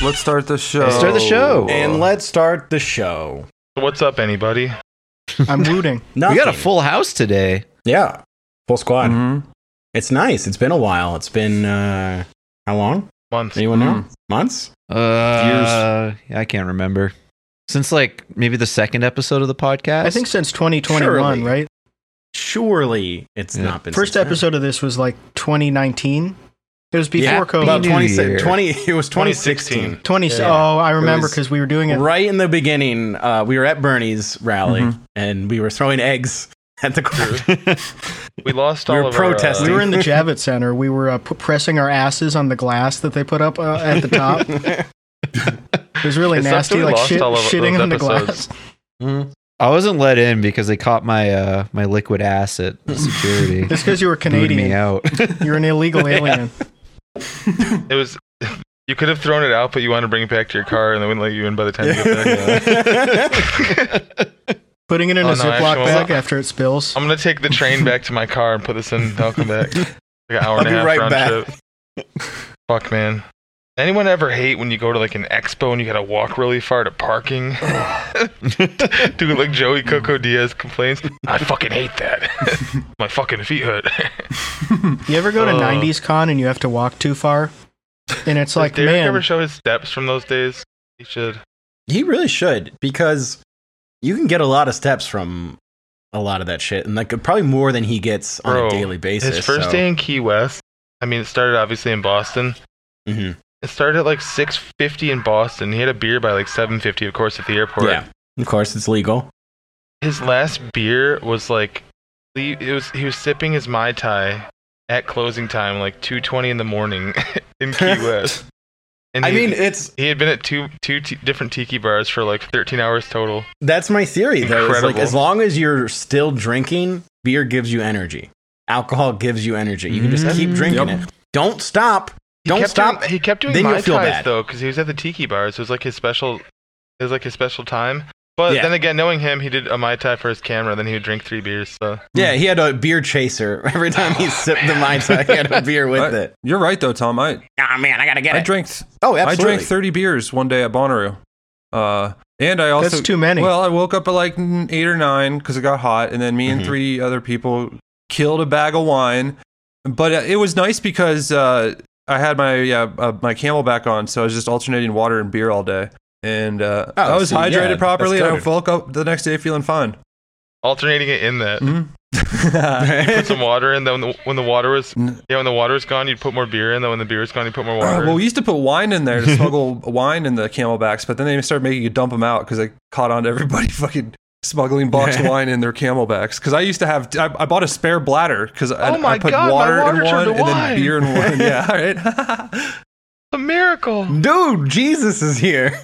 Let's start the show. Let's start the show. Oh. And let's start the show. What's up, anybody? I'm rooting. We Nothing. got a full house today. yeah, full squad. Mhm. Mm-hmm. It's nice. It's been a while. It's been uh how long? Month. Anyone know? Mm. Months? Uh, I can't remember. Since like maybe the second episode of the podcast. I think since 2021, Surely. right? Surely it's Yeah. not been. First since then. episode of this was like 2019. It was before Yeah, COVID. About New 20, Year. 20 it was 2016. 2016. 20. Yeah. Oh, I remember was- because we were doing it. Right in the beginning, uh, we were at Bernie's rally Mm-hmm. Mhm. and we were throwing eggs at the crew. We lost We all were of our, uh, protesting. We were in the Javits Center. We were uh, p- pressing our asses on the glass that they put up uh, at the top. It was really It's after nasty, we like lost shit, all of shitting those on the episodes. glass. Mm-hmm. I wasn't let in because they caught my uh my liquid acid security. It's because you were Booed me Canadian. out. You're an illegal alien. it was. You could have thrown it out, but you wanted to bring it back to your car, and they wouldn't let you in by the time you get back. Putting it in Oh, a no, Ziploc actually, bag well, um, after it spills. I'm gonna take the train back to my car and put this in. I'll come back. Like an I'll hour and a be half right round back. trip. Fuck, man. Anyone ever hate when you go to like an expo and you gotta walk really far to parking? Dude, like Joey Coco Diaz complains. I fucking hate that. my fucking feet hurt. You ever go to Uh, 90s con and you have to walk too far? And it's like, Does Derek man, ever show his steps from those days? He should. He really should because you can get a lot of steps from a lot of that shit, and like probably more than he gets on Bro, a daily basis. His first so- day in Key West. I mean, it started obviously in Boston. Mhm. It started at like 6:50 in Boston. He had a beer by like 7:50, of course, at the airport. yeah, of course it's legal. His last beer was like, he- it was he was sipping his mai tai at closing time, like 2:20 in the morning in Key West. And I he- mean, it's he had been at two two t- different tiki bars for like 13 hours total. that's my theory though. It's like Incredible. as long as you're still drinking, beer gives you energy. Alcohol gives you energy. You can just keep Mhm. drinking it. Don't stop. He Don't kept stop. Doing, he kept doing Then you'll mai feel tais bad. though, because he was at the tiki bars. It was like his special. It was like his special time. But Yeah. then again, knowing him, he did a mai tai for his camera. Then he would drink three beers. So yeah, he had a beer chaser every time he sipped the mai tai. He had a beer with I- it. You're right though, Tom. I Ah man, I gotta get I it. drank oh, I absolutely. drank 30 beers one day at Bonnaroo. Uh, and I also that's too many. Well, I woke up at like mm, eight or nine because it got hot, and then me and Mhm. three other people killed a bag of wine. But uh, it was nice because uh, I had my uh, uh, my Camelback on, so I was just alternating water and beer all day, and uh, Oh, I was see, yeah, hydrated that's properly, and I good. woke up the next day feeling fine. alternating it in that, Mhm. put some water in. Then when the, when the water was Mm. yeah, when the water was gone, you'd put more beer in. Then when the beer was gone, you put more Uh, water. well, we used to put wine in there to smuggle wine in the Camelbacks, but then they started making you dump them out because they caught on to everybody fucking smuggling boxed Yeah. wine in their Camelbacks. Because I used to have, I, I bought a spare bladder because I, Oh my I put God, my water, water in turned one to and then wine. beer in one. yeah, all right. a miracle. dude jesus is here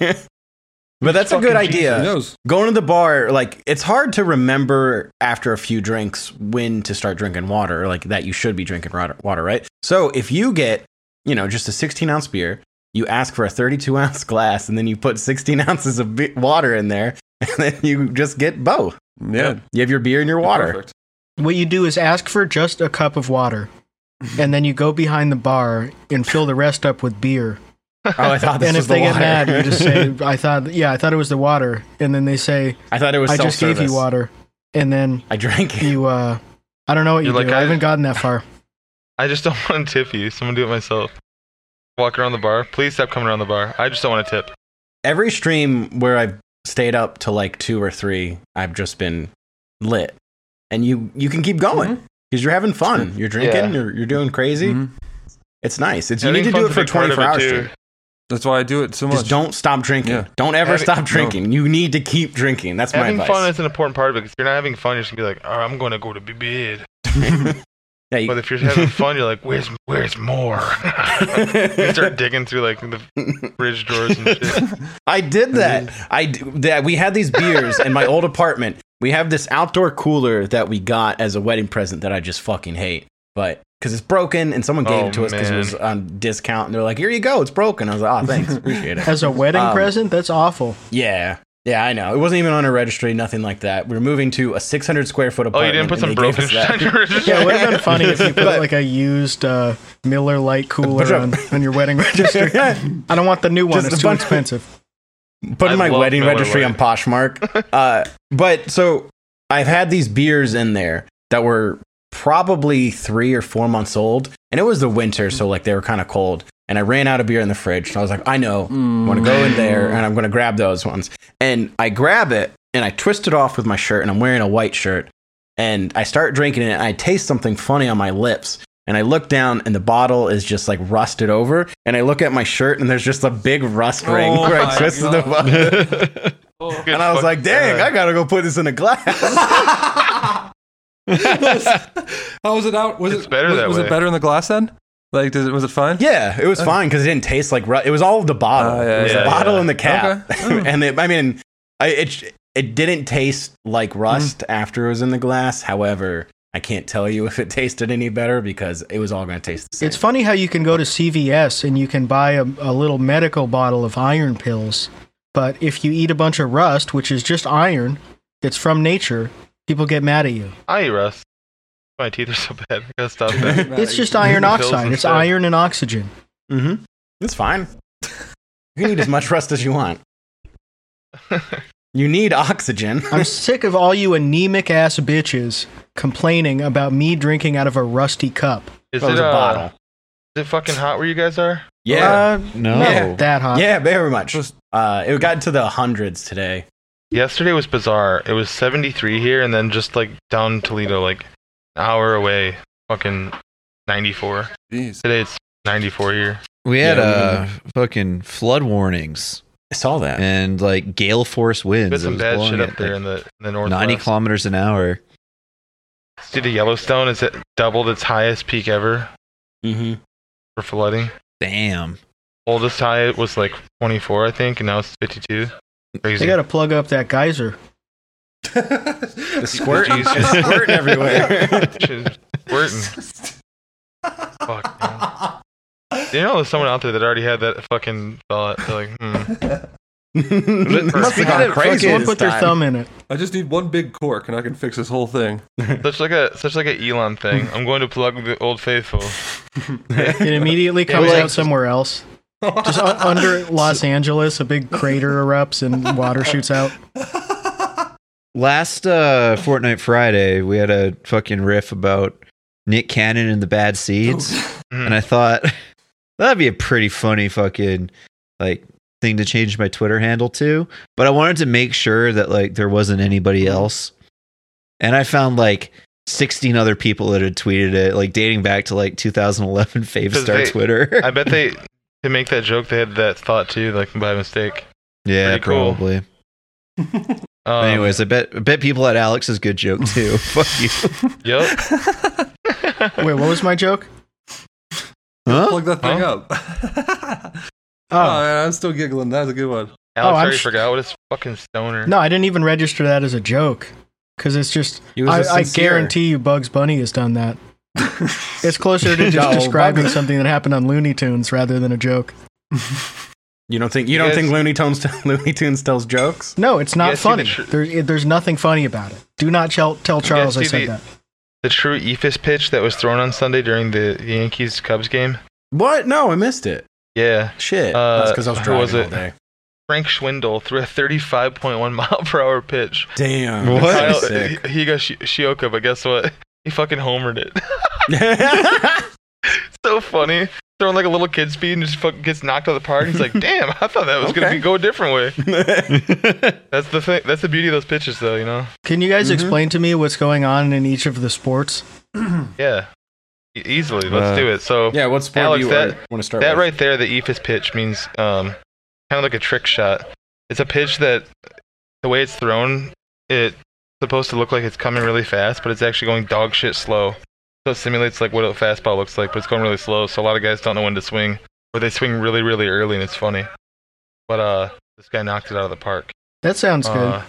but that's a Fucking good Jesus. idea knows? going to the bar like it's hard to remember after a few drinks when to start drinking water like that you should be drinking water, water right so if you get you know just a 16 ounce beer you ask for a 32 ounce glass and then you put 16 ounces of be- water in there and then you just get both Yeah, you have your beer and your water Perfect. What you do is ask for just a cup of water, and then you go behind the bar and fill the rest up with beer. oh i thought this and was if the they water get mad, you just say, "I thought, yeah, I thought it was the water," and then they say, i thought it was "I just gave you self-service. water," and then i drank it you, uh, I don't know what you You're like, do. I, I- haven't gotten that far. I just don't want to tip you. So I'm gonna do it myself. Walk around the bar. Please stop coming around the bar. I just don't want to tip. every stream where I've stayed up to like two or three, I've just been lit, and you you can keep going because you're having fun. You're drinking. Yeah. You're you're doing crazy. Mhm. It's nice. It's you Having need to do it fun's a for big 24 part of it, hours. too. straight. That's why I do it so much. Just don't stop drinking. Yeah. Don't ever Having- stop drinking. You need to keep drinking. That's having my advice. fun is an important part of it. Because if you're not having fun, you're just gonna be like, "Oh, I'm gonna go to bed." yeah, But you, if you're having fun, you're like, "Where's where's more?" you start digging through like the fridge drawers and shit. I did that. I d- that we had these beers in my old apartment. We have this outdoor cooler that we got as a wedding present that I just fucking hate. But because it's broken and someone gave Oh, it to us because it man. was on discount and they're like, "Here you go, it's broken." I was like, "Oh, thanks, "Ah, appreciate it." As a wedding Um, present, that's awful. Yeah, Yeah, I know. It wasn't even on a registry, nothing like that. We were moving to a 600 square foot Oh, you apartment. didn't put and some they gave broken us shit on that. your registry? Yeah, it would have been funny if you put But- like a used uh, Miller Lite cooler on, on your wedding register. I don't want the new one; Just it's a too bunch- expensive. Put I in my love wedding Miller registry Lite. on Poshmark. uh, but so I've had these beers in there that were probably three or four months old, and it was the winter, so like they were kind of cold. And I ran out of beer in the fridge, and I was like, I know, I'm gonna go in there and I'm gonna grab those ones. And I grab it and I twist it off with my shirt, and I'm wearing a white shirt. And I start drinking it, and I taste something funny on my lips. And I look down, and the bottle is just like rusted over. And I look at my shirt, and there's just a big rust ring Oh where my I twisted the God. bottle. Good And I was fucking like, dang, I God. gotta go put this in a glass. How Oh, was it out? Was It's it better was, that was way. it better in the glass then? Like, does it, was it fine? yeah, it was fine because it didn't taste like rust. It was all of the bottle. Oh, yeah, it was yeah, the bottle yeah. and the cap. Okay. Oh. and it, I mean, I, it it didn't taste like rust after it was in the glass. However, I can't tell you if it tasted any better because it was all gonna taste the same. It's funny how you can go to CVS and you can buy a, a little medical bottle of iron pills, but if you eat a bunch of rust, which is just iron, it's from nature. People get mad at you. I eat rust. My teeth are so bad. I gotta stop that. It's just iron Pills oxide. It's instead. iron and oxygen. mm-hmm. it's fine. you can eat as much rust as you want. You need oxygen. I'm sick of all you anemic ass bitches complaining about me drinking out of a rusty cup. Is Oh, it it's uh, a bottle. Is it fucking hot where you guys are? Yeah. Uh, No. not that hot. yeah, very much. Just- Uh, it got into the hundreds today. Yesterday was bizarre. It was 73 here, and then just like down Toledo, like an hour away, fucking 94. Jeez. Today it's 94 here. We had Yeah, uh, fucking flood warnings I saw that. and like gale force winds. There's It some was bad blowing shit at, up there like, in the in the north. 90 kilometers an hour. Due to Yellowstone, it's at doubled its highest peak ever Mm-hmm. for flooding. Damn. Oldest high was like 24, I think, and now it's 52. They Crazy. gotta plug up that geyser. The squirt, Jeez. it's squirting everywhere. Shit's squirting. Fuck. Man. You know, there's someone out there that already had that fucking thought. They're like, hmm. Must have gone Fucking- crazy. Someone this put their time. thumb in it. I just need one big cork and I can fix this whole thing. such like a such like a Elon thing. I'm going to plug the Old Faithful. It immediately comes like- out somewhere else. Just u- under Los Angeles, a big crater erupts and water shoots out. Last uh, Fortnite Friday, we had a fucking riff about Nick Cannon and the Bad Seeds. Mhm. and I thought that'd be a pretty funny fucking like thing to change my Twitter handle to. But I wanted to make sure that like there wasn't Mm. anybody else. And I found like 16 other people that had tweeted it, like dating back to like 2011 Fave 'Cause Star they- Twitter. I bet they to make that joke they had that thought too, like by mistake. yeah, pretty cool. probably. Um, Anyways, I bet I bet people had Alex's good joke too. Fuck you. Oh, yep. Wait, what was my joke? Huh? Plug that thing Huh? up. oh, Uh, Oh, man, I'm still giggling. That was a good one. Alex I'm already sh- forgot what his fucking stoner. no, I didn't even register that as a joke. Because it's just, He was I, just I sincere. guarantee you Bugs Bunny has done that. It's closer to just No, describing Bugs- something that happened on Looney Tunes rather than a joke. You don't think you, You don't guys- think Looney Tunes Looney Tunes tells jokes? No, it's not guys see the funny. tr- There, it, there's nothing funny about it. Do not tell, tell Charles I see said the- that. The true Ephus pitch that was thrown on Sunday during the Yankees Cubs game. What? No, I missed it. Yeah, Shit. Uh, That's because I was who driving was it? all day. Frank Schwindel threw a 35.1 mile per hour pitch. Damn. What? Kyle, that's he, sick. he got shi Shioka, but guess what? He fucking homered it. so funny. Throwing like a little kid speed and just fucking gets knocked out of the park. He's like, damn, I thought that was gonna Okay. be, go a different way. That's the thing. That's the beauty of those pitches, though. You know? Can you guys Mhm. explain to me what's going on in each of the sports? Yeah. E- easily. Let's Uh, do it. So yeah. What sport Alex, do you that- want to start that with? right there, the Ephus pitch means um, kind of like a trick shot. It's a pitch that the way it's thrown, it's supposed to look like it's coming really fast, but it's actually going dog shit slow. So it simulates like what a fastball looks like, but it's going really slow. So a lot of guys don't know when to swing, or they swing really, really early, and it's funny. But uh, this guy knocked it out of the park. That sounds good. Uh,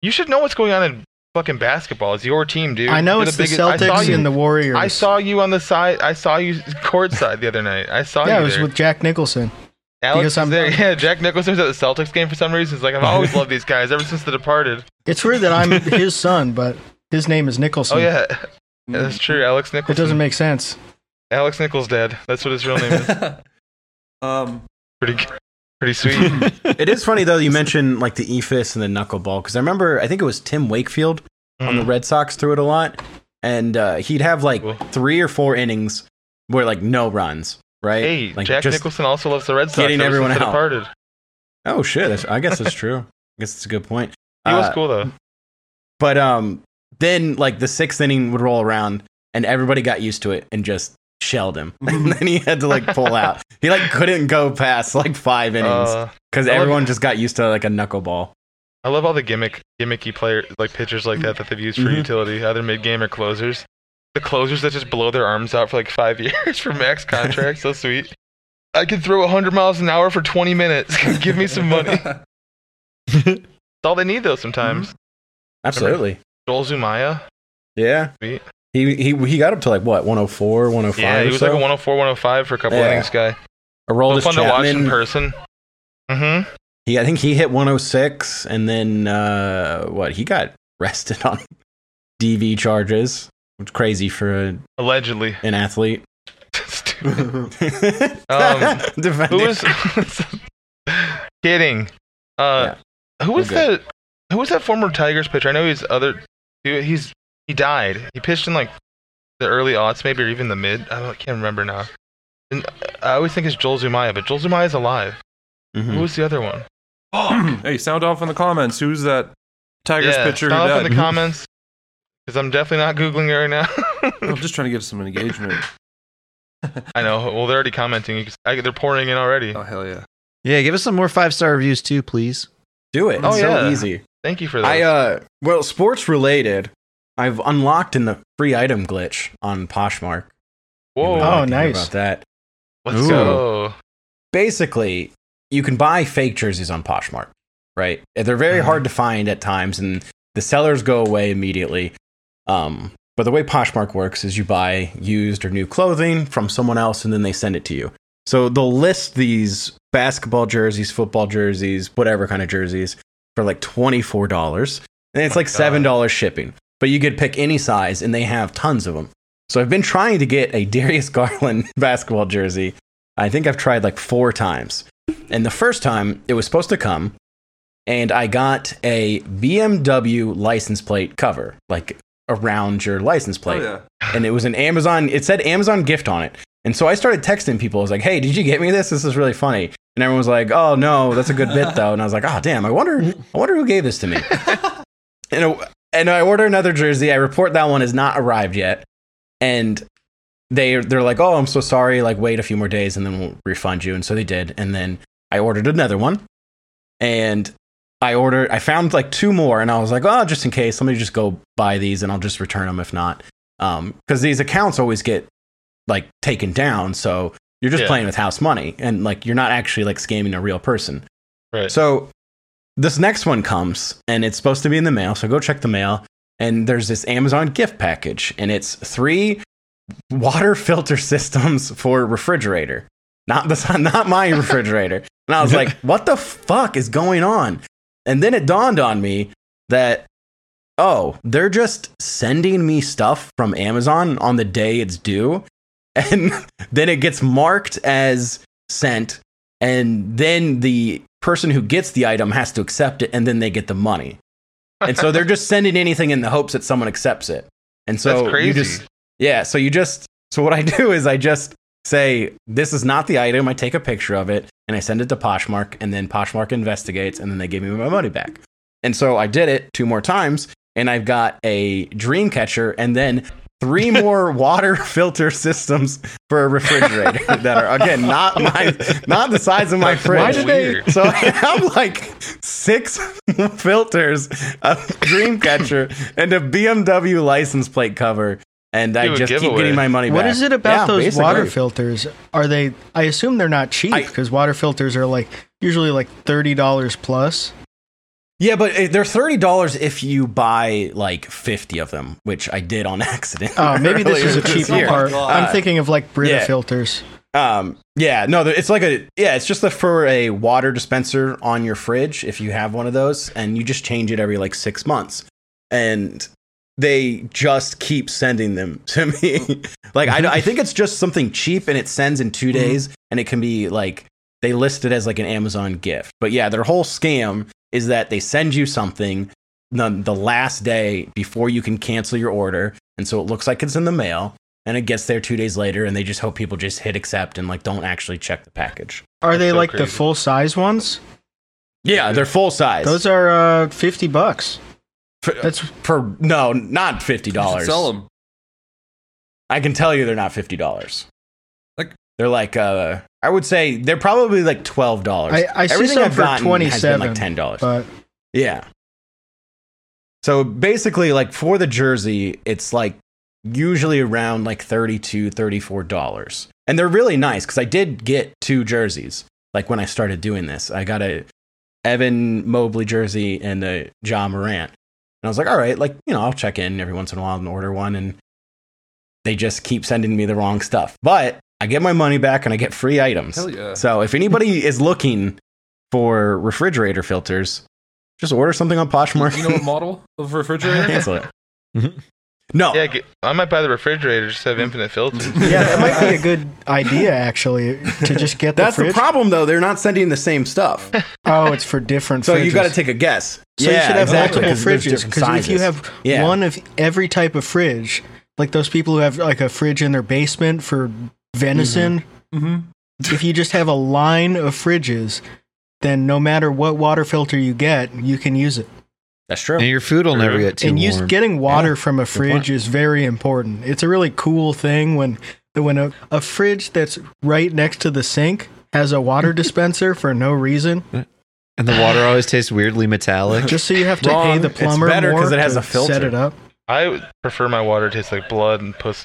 you should know what's going on in fucking basketball. It's your team, dude. I know You're it's the, biggest- I saw Celtics you- and the Warriors. I saw you on the side. I saw you courtside the other night. I saw yeah, you it was there. with Jack Nicholson. Alex Because is I'm- there. Yeah, Jack Nicholson was at the Celtics game for some reason. He's like, I've always loved these guys ever since The Departed. It's weird that I'm his son, but his name is Nicholson. Oh yeah, Mm-hmm. Yeah, that's true. Alex Nicholson. It doesn't make sense. Alex Nichols' dad. That's what his real name is. um, Pretty, pretty sweet. It is funny though. You mentioned like the ephus and the knuckleball because I remember I think it was Tim Wakefield on the Red Sox threw it a lot, and uh, he'd have like Mm. Cool. three or four innings where like no runs, right? Hey, like Jack just- Nicholson also loves the Red Sox. getting ever everyone since The out. Departed. Oh shit! That's, I guess that's true. I guess it's a good point. He was Uh, cool though. But um, then like the sixth inning would roll around, and everybody got used to it and just shelled him. and then he had to like pull out. He like couldn't go past like five innings Uh, because I love- everyone just got used to like a knuckleball. I love all the gimmick, gimmicky player like pitchers like that that they've used for Mhm. utility, either mid game or closers. The closers that just blow their arms out for like five years for max contract. so sweet. I can throw 100 miles an hour for 20 minutes. Give me some money. That's all they need though. Sometimes Absolutely. Joel Zumaya. Yeah. Sweet. He he he got up to like what 104, 105. Yeah, he or was so. like a 104, 105 for a couple Yeah. innings guy. So Aroldis fun to watch in Chapman, person. Mm-hmm. He, I think he hit 106, and then uh, what? He got arrested on DV charges, which is crazy for a, Allegedly. an athlete. Stupid. um, Um, Who was kidding? Uh, Who was we're that? Who was that former Tigers pitcher? I know he's other. he- He's he died. He pitched in like the early aughts, maybe or even the mid. I don't can't remember now. And I always think it's Joel Zumaya, but Joel Zumaya is alive. Mm-hmm. Who was the other one? hey, sound off in the comments. Who's that Tigers yeah, pitcher? sound who off in died? the comments because I'm definitely not googling it right now. I'm just trying to get some engagement. I know. Well, they're already commenting. You can- I, they're pouring in already. Oh hell yeah! yeah, give us some more five star reviews too, please. Do it. Oh, It's so yeah. easy. Thank you for that. I uh, well, sports related. I've unlocked in the free item glitch on Poshmark. Whoa, You would like Oh, to hear nice. about that. let's Ooh. go. basically you can buy fake jerseys on Poshmark, right? They're very Mhm. hard to find at times, and the sellers go away immediately. Um, but the way Poshmark works is you buy used or new clothing from someone else, and then they send it to you. So they'll list these basketball jerseys, football jerseys, whatever kind of jerseys for like twenty four dollars, and it's my like God. seven dollars shipping. But you could pick any size, and they have tons of them. So I've been trying to get a Darius Garland basketball jersey. I think I've tried like four times. And the first time it was supposed to come, and I got a BMW license plate cover, like around your license plate. Oh And it was an Amazon, it said Amazon gift on it. And so I started texting people. I was like, hey, did you get me this? This is really funny. And everyone was like, oh no, that's a good bit though. And I was like, oh damn, I wonder, I wonder who gave this to me. and, I- and I order another jersey. I report that one has not arrived yet. And they they're like, "Oh, I'm so sorry. Like, wait a few more days, and then we'll refund you." And so they did. And then I ordered another one, and I ordered. I found like two more, and I was like, "Oh, just in case, let me just go buy these, and I'll just return them if not." Because Um, these accounts always get like taken down, so you're just Yeah. playing with house money, and like you're not actually like scamming a real person. Right. So this next one comes and it's supposed to be in the mail. So go check the mail. And there's this Amazon gift package and it's three water filter systems for refrigerator. Not the not my refrigerator. And I was like, what the fuck is going on? And then it dawned on me that oh, they're just sending me stuff from Amazon on the day it's due. And then it gets marked as sent and then the person who gets the item has to accept it and then they get the money and so they're just sending anything in the hopes that someone accepts it and so That's crazy. you just yeah so you just so what i do is i just say this is not the item i take a picture of it and i send it to poshmark and then poshmark investigates and then they give me my money back and so i did it two more times and i've got a dream catcher and then three more water filter systems for a refrigerator that are again not my not the size of my That's fridge. Why did they- weird. So I have like six filters, a Dreamcatcher, and a BMW license plate cover, and I Do a just keep giveaway. getting my money back. What is it about Yeah, those basically. water filters? Are they? I assume they're not cheap I- because water filters are like usually like thirty dollars plus. Yeah, but it- they're thirty dollars if you buy like fifty of them, which I did on accident. Oh, maybe this earlier is a cheaper year. part. Oh my God. I'm thinking of like Brita Yeah. filters. Um, yeah, no, it's like a yeah, it's just a, for a water dispenser on your fridge if you have one of those, and you just change it every like six months, and they just keep sending them to me. like I, I think it's just something cheap, and it sends in two days, and it can be like they list it as like an Amazon gift, but yeah, their whole scam is that they send you something the, the last day before you can cancel your order, and so it looks like it's in the mail, and it gets there two days later and they just hope people just hit accept and like don't actually check the package Are they so like the crazy. full size ones? yeah they're full size Those are uh, fifty bucks. For- That's for no not fifty You should dollars Sell them. i can tell you they're not fifty dollars Like- they're like uh i would say they're probably like twelve dollars I- I see some for like $27, ten dollars but Yeah. So basically, like for the jersey, it's like usually around like $32, $34. And they're really nice because I did get two jerseys. Like when I started doing this, I got a Evan Mobley jersey and a John Morant. And I was like, all right, like, you know, I'll check in every once in a while and order one. And they just keep sending me the wrong stuff. But I get my money back and I get free items. Hell yeah. So if anybody is looking for refrigerator filters, just order something on Poshmark. You know what model of refrigerator? Cancel it. Mm-hmm. Mhm. No. Yeah, get, I might buy the refrigerator just to have infinite filters. yeah, that might be a good idea actually to just get the That's the fridge. problem, though. They're not sending the same stuff, oh, it's for different. so you fridges. got to take a guess. So you should have multiple 'cause there's fridges different because if you sizes. have Yeah. one of every type of fridge, like those people who have like a fridge in their basement for venison, mm-hmm. if you just have a line of fridges, then no matter what water filter you get, you can use it. that's true. and your food will never get too and use, warm. getting water from a point. fridge is very important. It's a really cool thing when that when a, a fridge that's right next to the sink has a water dispenser for no reason, and the water always tastes weirdly metallic. just so you have to Wrong. pay the It's plumber better 'cause more it has to a filter. set it up. I would prefer my water tastes like blood and pussy,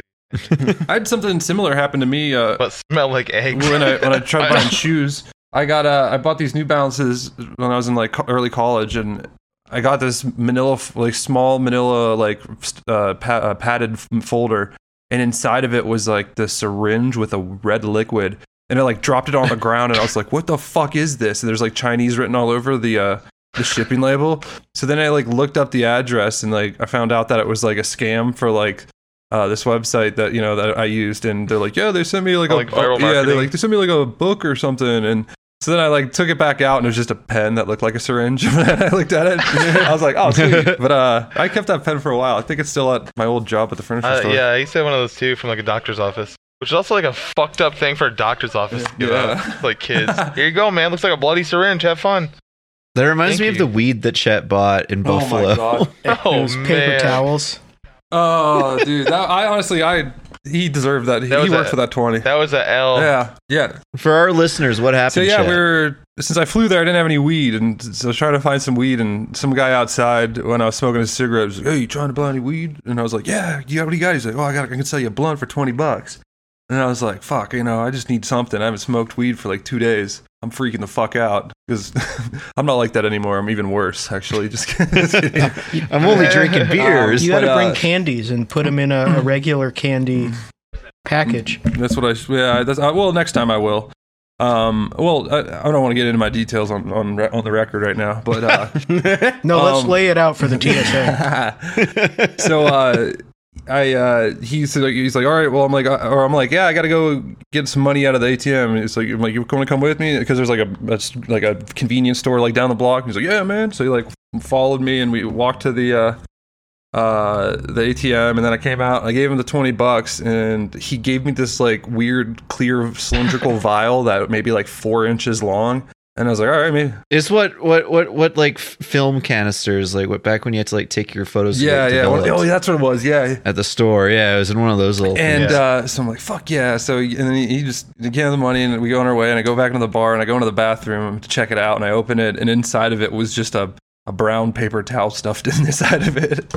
I had something similar happen to me uh, but smell like eggs. when I when I tried buying shoes, I got uh, I bought these New Balances when I was in like co- early college, and I got this Manila f- like small Manila like st- uh, pa- uh, padded f- folder, and inside of it was like the syringe with a red liquid, and I like dropped it on the ground, and I was like, "What the fuck is this?" And there's like Chinese written all over the. Uh, the shipping label. So then I like looked up the address and like I found out that it was like a scam for like uh, this website that you know that I used, and they're like, yeah, they sent me like a Oh, like viral yeah, they marketing. like they sent me like a book or something, and so then I like took it back out, and it was just a pen that looked like a syringe. I looked at it, I was like, oh, sweet. but uh, I kept that pen for a while. I think it's still at my old job at the furniture Uh, store. yeah, I used to have one of those too from like a doctor's office, which is also like a fucked up thing for a doctor's office to give Yeah. out, like kids. Here you go, man. Looks like a bloody syringe. Have fun. That reminds Thank me of you. the weed that Chet bought in Buffalo. Oh, Those paper man. towels. Oh, dude, that, I honestly, I he deserved that. That he was worked a- for that twenty. That was a L. yeah, yeah. For our listeners, what happened? So yeah, Chet? we were since I flew there, I didn't have any weed, and so I was trying to find some weed. And some guy outside when I was smoking a cigarette was like, "Hey, you trying to buy any weed?" And I was like, "Yeah, you got what do you got?" He's like, "Oh, I got, I can sell you a blunt for twenty bucks." And I was like, "Fuck, you know, I just need something. I haven't smoked weed for like two days. I'm freaking the fuck out because I'm not like that anymore. I'm even worse, actually. Just kidding. I'm only drinking beers. You But, got to uh, bring candies and put them in a, a regular candy package. That's what I. sh- Yeah. That's, uh, well, next time I will. Um, well, I, I don't want to get into my details on on, re- on the record right now, but uh, No, let's Um, lay it out for the TSA. so uh I uh he's like he's like all right well I'm like uh, or I'm like yeah I gotta go get some money out of the ATM and it's like I'm like you want to come with me because there's like a, a s- like a convenience store like down the block and he's like yeah man so he like followed me and we walked to the uh uh the ATM and then I came out I gave him the 20 bucks and he gave me this like weird clear cylindrical vial that maybe like four inches long and I was like all right maybe it's what what what what like f- film canisters like what back when you had to like take your photos. to, yeah like, yeah develop oh yeah that's what it was yeah At the store, yeah, it was in one of those little. And things. uh, so I'm like, fuck yeah. So and then he he just gave him the money, and we go on our way. And I go back into the bar, and I go into the bathroom to check it out, and I open it, and inside of it was just a, a brown paper towel stuffed in the side of it.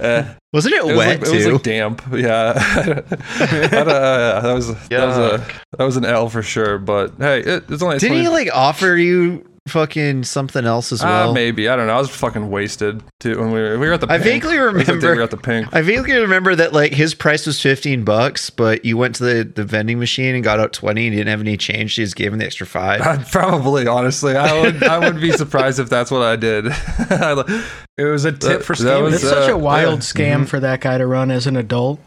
Uh, wasn't it, it, was wet like, it was too? like damp. Yeah, that, uh, that was that was a that was an L for sure. But hey, it, it's only Didn't he like offer you fucking something else as well? Ah, maybe I don't know. I was fucking wasted too when we were we were at the. I Pink. vaguely That's the thing, we were remember. at the pink. I vaguely remember that like his price was fifteen bucks, but you went to the, the vending machine and got out twenty and you didn't have any change. You just gave him the extra five. I'd Uh, probably, honestly, I would. I would be surprised if that's what I did. I- It was a tip That- for that stealing. was, That's such uh, a wild scam mhm. for that guy to run as an adult.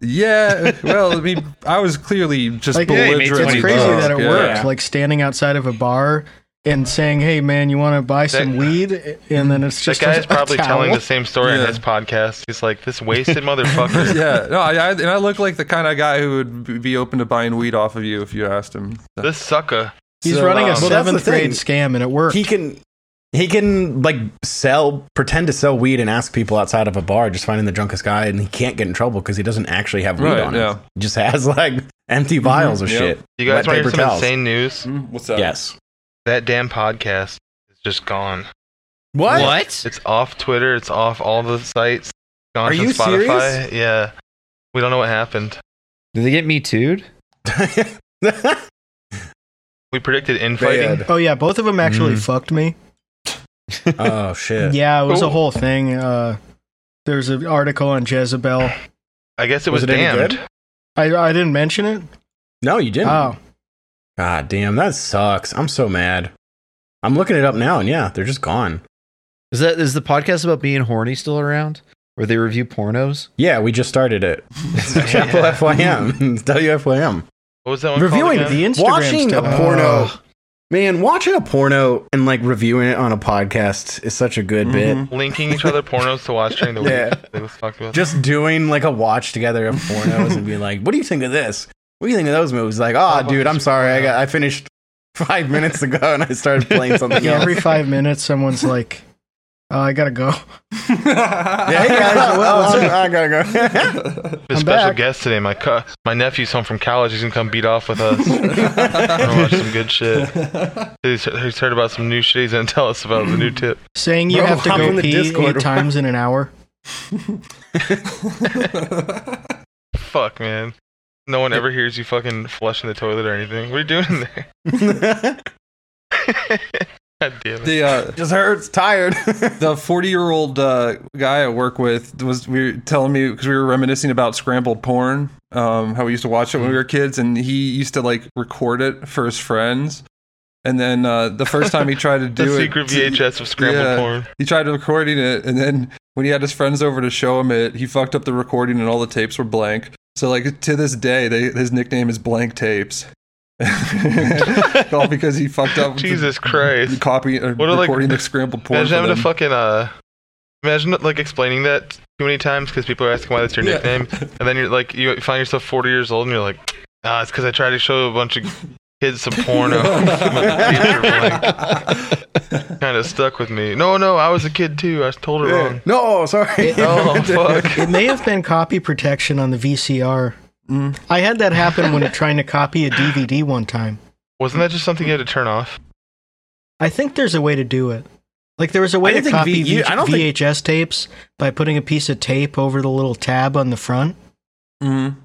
yeah. Well, I mean, I was clearly just Like, yeah, he belligerent. made 20 It's crazy bucks, that it yeah. worked. Like standing outside of a bar and saying, "Hey, man, you want to buy some weed?" And then it's That just guy's a probably towel. telling the same story on Yeah. his podcast. He's like, this wasted motherfucker. yeah, no, I, I and I look like the kind of guy who would b- be open to buying weed off of you if you asked him. This sucker. He's So, running a um, Well, that's the seventh grade scam, and it worked. he can he can like sell pretend to sell weed and ask people outside of a bar just finding the drunkest guy and he can't get in trouble because he doesn't actually have weed Right, on yeah. him he just has like Mm-hmm. empty vials of yeah. shit You Wet guys want to hear paper some towels. insane news? Mm, What's that? yes That damn podcast is just gone. what, It's off Twitter. It's off all the sites. Gone Are from you Spotify. serious? Yeah. We don't know what happened. Did they get me too'd? We predicted infighting. oh yeah, both of them actually Mm. fucked me. oh Yeah, shit it was Ooh. a whole thing. Uh, there's an article on Jezebel. I guess it was, Was it any damned. good? I, I didn't mention it. no you didn't Oh, god damn that sucks i'm so mad i'm looking it up now and yeah they're just gone Is that is the podcast about being horny still around? Where they review pornos? yeah we just started it chapel fym wfym What was that one reviewing called the again? Instagram watching stuff. Oh. a porno Ugh. man watching a porno and like reviewing it on a podcast is such a good bit Mm-hmm. Mhm. linking each other pornos to watch during the week. Yeah. It was fucked with. just doing like a watch together of pornos and being like what do you think of this what do you think of those movies like oh watched dude i'm this sorry i porno." got i finished five minutes ago and i started playing something yeah, else every five minutes, someone's like, oh, "I gotta go." yeah, hey guys, well, I gotta go. a I'm special back. guest today. My co- my nephew's home from college. He's gonna come beat off with us. We're gonna watch some good shit. He's, he's heard about some new shit. He's gonna tell us about the new tip. Saying you Bro, have to I'm in go the pee Discord. eight times in an hour. Fuck, man. No one ever hears you fucking flushing the toilet or anything. What are you doing in there? God damn it. the uh, Just hurts, tired. the 40 year old uh, guy I work with was we were telling me because we were reminiscing about scrambled porn, um, how we used to watch it when we Mm-hmm. were kids, and he used to like record it for his friends. And then uh, the first time he tried to The do it, secret VHS of scrambled yeah. porn. he tried recording it, and then when he had his friends over to show him it, he fucked up the recording, and all the tapes were blank. So like to this day, they, his nickname is Blank Tapes, all because he fucked up. Jesus the Christ. Copy or What are, like- recording the scrambled porn. Imagine for having them. to fucking uh. Imagine like explaining that too many times because people are asking why that's your Yeah. nickname, and then you're like you find yourself 40 years old and you're like, ah, it's because I tried to show a bunch of kids some porno. kind of stuck with me. No, no, I was a kid too. I told her wrong. no, sorry. Oh fuck. It may have been copy protection on the VCR. Mm. I had that happen when trying to copy a DVD one time. Wasn't that just something you had to turn off? I think there's a way to do it. Like there was a I way to didn't think copy V- you- I don't think- VHS tapes by putting a piece of tape over the little tab on the front. Mm.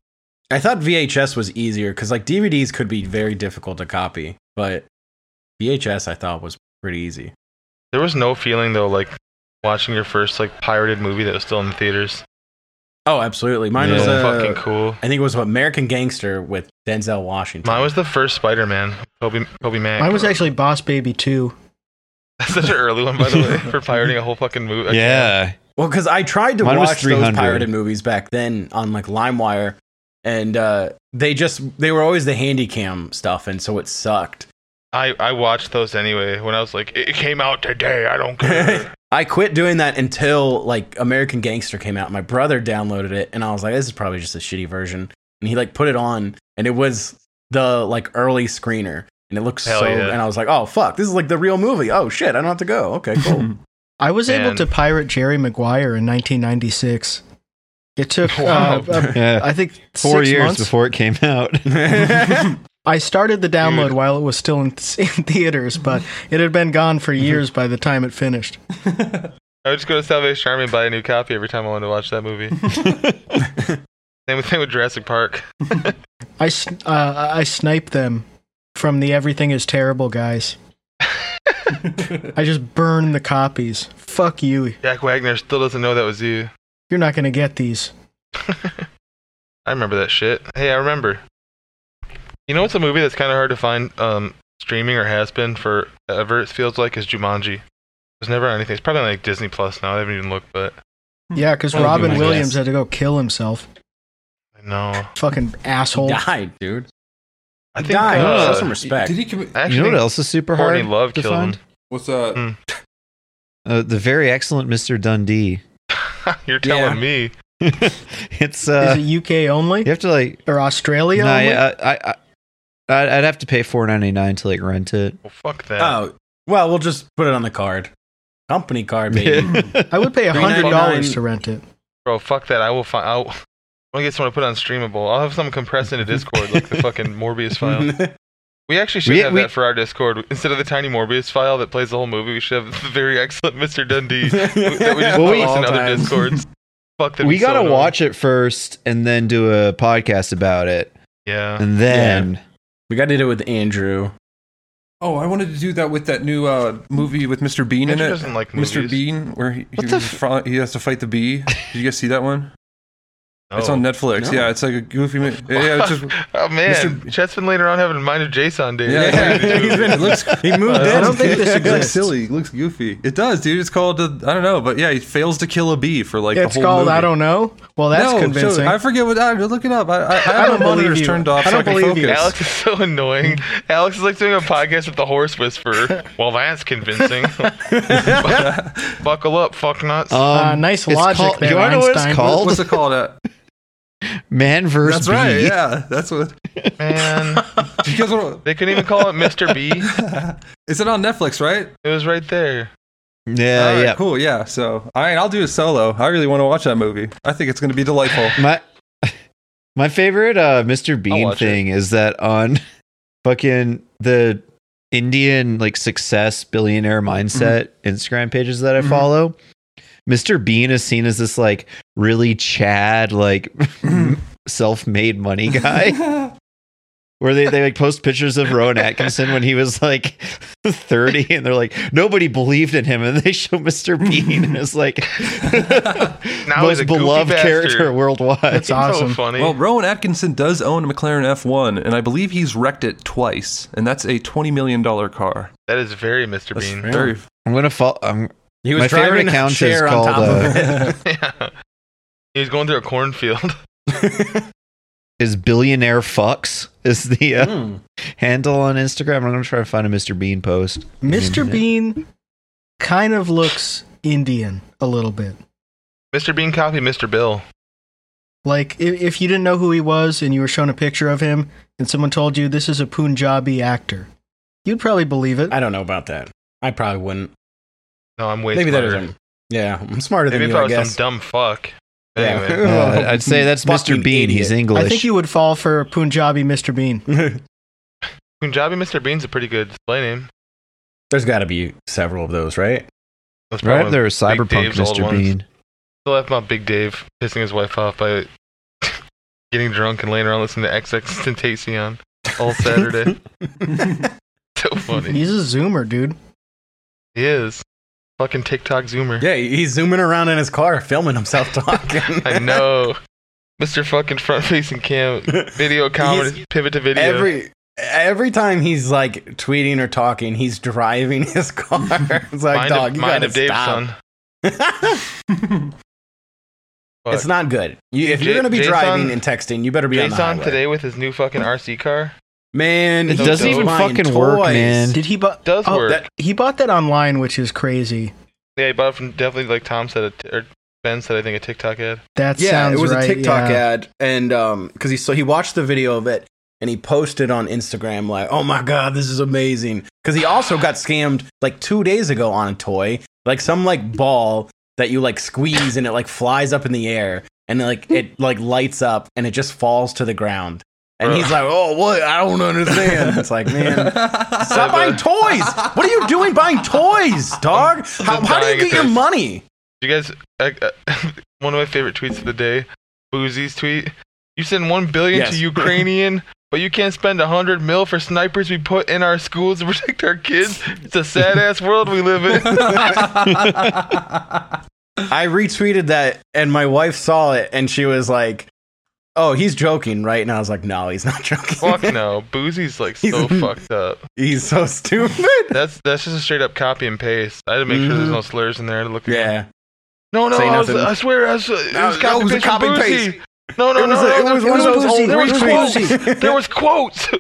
I thought VHS was easier because like DVDs could be very difficult to copy, but VHS I thought was pretty easy. There was no feeling though, like watching your first like pirated movie that was still in the theaters. Oh, absolutely. Mine It was was Yeah. uh, fucking cool. I think it was American Gangster with Denzel Washington. Mine was the first Spider-Man, Kobe, Kobe Mack. Mine was actually Boss Baby 2. That's such an early one, by the way, for pirating a whole fucking movie. Yeah. well because I tried to Mine was watch those 300. pirated movies back then on like LimeWire, and uh, they just they were always the handycam stuff, and so it sucked. I, I watched those anyway when I was like, it came out today. I don't care. I quit doing that until like American Gangster came out. My brother downloaded it and I was like, this is probably just a shitty version. And he like put it on and it was the like early screener and it looks Hell so yeah. and I was like, oh fuck, this is like the real movie. Oh shit, I don't have to go. Okay, cool. I was able Man. to pirate Jerry Maguire in 1996. It took, uh, Wow. uh, Yeah. I think, Four six years months. uh, before it came out. I started the download Dude. while it was still in, in theaters, but it had been gone for Mm-hmm. years by the time it finished. I would just go to Salvation Army and buy a new copy every time I wanted to watch that movie. Same thing with Jurassic Park. I, s- uh, I sniped them from the Everything is Terrible guys. I just burn the copies. Fuck you. Jack Wagner still doesn't know that was you. You're not gonna get these. I remember that shit. Hey, I remember. You know what's a movie that's kind of hard to find um, streaming or has been forever? It feels like is Jumanji. There's never on anything. It's probably on, like Disney Plus now. I haven't even looked, but Hmm. Yeah, because Well, Robin you might Williams guess. had to go kill himself. I know. Fucking asshole. died, dude. I think died. uh, Show some respect. Did he commit? I actually you know what think else is super hard? Courtney Love to killed find? What's that? Uh, the very excellent Mr. Dundee. him. You're telling Yeah. me. it's uh, Is it UK only you have to like. or Australia? Nah, only? yeah, I, I, I, I'd- I'd have to pay four ninety nine to like rent it. Well, fuck that. Oh, well, we'll just put it on the card. Company card, baby. I would pay a hundred dollars $3.99. to rent it. Bro, fuck that. I will find. I'll. I want to get someone to put on streamable. I'll have someone compress into Discord like the fucking Morbius file. We actually should We- have we- that for our Discord. Instead of the tiny Morbius file that plays the whole movie, we should have the very excellent Mr. Dundee that we just Well, we- post in All other time. Discords. Fuck that. we gotta watch it first and then do a podcast about it, Yeah. and then we got to do it with Andrew. Oh, I wanted to do that with that new uh, movie with Mr. Bean Andrew in it. doesn't like movies. Mr. Bean, where he, What he, the was f- fro- he has to fight the bee. Did you guys see that one? No. It's on Netflix. No. Yeah, it's like a goofy movie. Yeah, it's just, oh man, Mr. Chet's been later on having minor JSON days. Yeah, Yeah, dude, he's been- it looks- He moved I in. I don't think this it looks exists. silly. It looks goofy. It does, dude. It's called. uh, I I don't know, but yeah, he fails to kill a bee for like it's the whole called movie. I don't know. Well, that's no, Joe, convincing. I forget what. I, look it up. I, I, I, I have don't my monitors believe you. turned off. I so don't can believe you. focus. Alex is so annoying. Alex is like doing a podcast with the horse whisperer. Well, that's convincing. Buckle up, fuck nuts. Um, Uh, nice it's logic Called, there, you wanna know what Einstein. it's called? What's it called? Uh, Man versus that's right. Bee. Yeah, that's what. Man, Do you guys want? they couldn't even call it Mr. B. Is it on Netflix? Right. It was right there. Yeah, All right, Uh, yeah. Cool. Yeah. So, all right, I'll do a solo. I really want to watch that movie. I think it's going to be delightful. My my favorite uh, Mr. Bean watch it. thing is that on fucking the Indian like success billionaire mindset Mm-hmm. Instagram pages that I Mhm. follow. Mr. Bean is seen as this like really Chad like Mhm. self-made money guy. Where they, they like post pictures of Rowan Atkinson when he was like 30 and they're like, nobody believed in him. And they show Mr. Bean as like Now he's most a goofy beloved character bastard. worldwide. That's It's awesome. So funny. well, Rowan Atkinson does own a McLaren F1, and I believe he's wrecked it twice, and that's a twenty million dollar car. that is very Mr. That's Bean. very I'm gonna follow. I'm, He My favorite driving a account is chair called, uh, it. yeah. He was going through a cornfield. is billionaire fucks is the uh, Hmm. handle on Instagram. I'm gonna try to find a Mr. Bean post. Mr. Bean kind of looks Indian a little bit. Mr. Bean copy Mr. Bill. Like i- if you didn't know who he was and you were shown a picture of him and someone told you this is a Punjabi actor, you'd probably believe it. I don't know about that. I probably wouldn't. No, I'm way Maybe that smarter. is him. Yeah, I'm smarter Maybe than if you, I I was guess. some dumb fuck. Yeah. Anyway, Uh, I'd say that's Mr. Fucking Bean. He's idiot. English. I think you would fall for Punjabi Mr. Bean. Punjabi Mr. Bean's a pretty good display name. There's got to be several of those, right? That's probably right one of there, is Big cyberpunk Dave's old Mr. ones. Bean. Still have my Big Dave pissing his wife off by getting drunk and laying around listening to XXXTentacion all Saturday. so funny. He's a zoomer, dude. He is. Fucking TikTok Zoomer. Yeah, he's zooming around in his car, filming himself talking. I know. Mr. fucking front facing cam video comedy pivot to video. Every every time he's like tweeting or talking, he's driving his car. It's like, mind dog, of, you mind gotta of Dave's stop. son. Fuck. it's not good. You, if J- you're gonna be Jason- driving and texting, you better be Dave's on on the highway. today with his new fucking RC car. Man, It he doesn't keeps even buying fucking work, toys. man. Did he buy? Does Oh, work. that- He bought that online, which is crazy. yeah, he bought it from definitely like Tom said, a t- or Ben said, I think a TikTok ad. That Yeah, sounds it was right, a TikTok yeah. ad, and um, because he so he watched the video of it and he posted on Instagram like, "Oh my god, this is amazing!" Because he also got scammed like two days ago on a toy, like some like ball that you like squeeze and it like flies up in the air and like it like lights up and it just falls to the ground. And he's like, "Oh, what? I don't understand." It's like, man. Stop buying toys! What are you doing buying toys, dog? How, how do dying you at get your this. money? You guys, I, I, one of my favorite tweets of the day, Boozy's tweet. You send one billion Yes. to Ukrainian But you can't spend a hundred mil for snipers we put in our schools to protect our kids. It's a sad ass world we live in. I retweeted that and my wife saw it and she was like, Oh, he's joking, right? And I was like, No, he's not joking. Fuck no, Boozy's like so He's- fucked up. He's so stupid. That's that's just a straight up copy and paste. I had to make sure there's no slurs in there to look. at. Mm-hmm. Yeah. No, no, Say I, was, nothing. I swear, I was, it No, was no, it was copy a paste. from copy Boozy. paste. No, no, It was no, a- no, it was there- one of there those old there was retweets. quotes. There was quotes.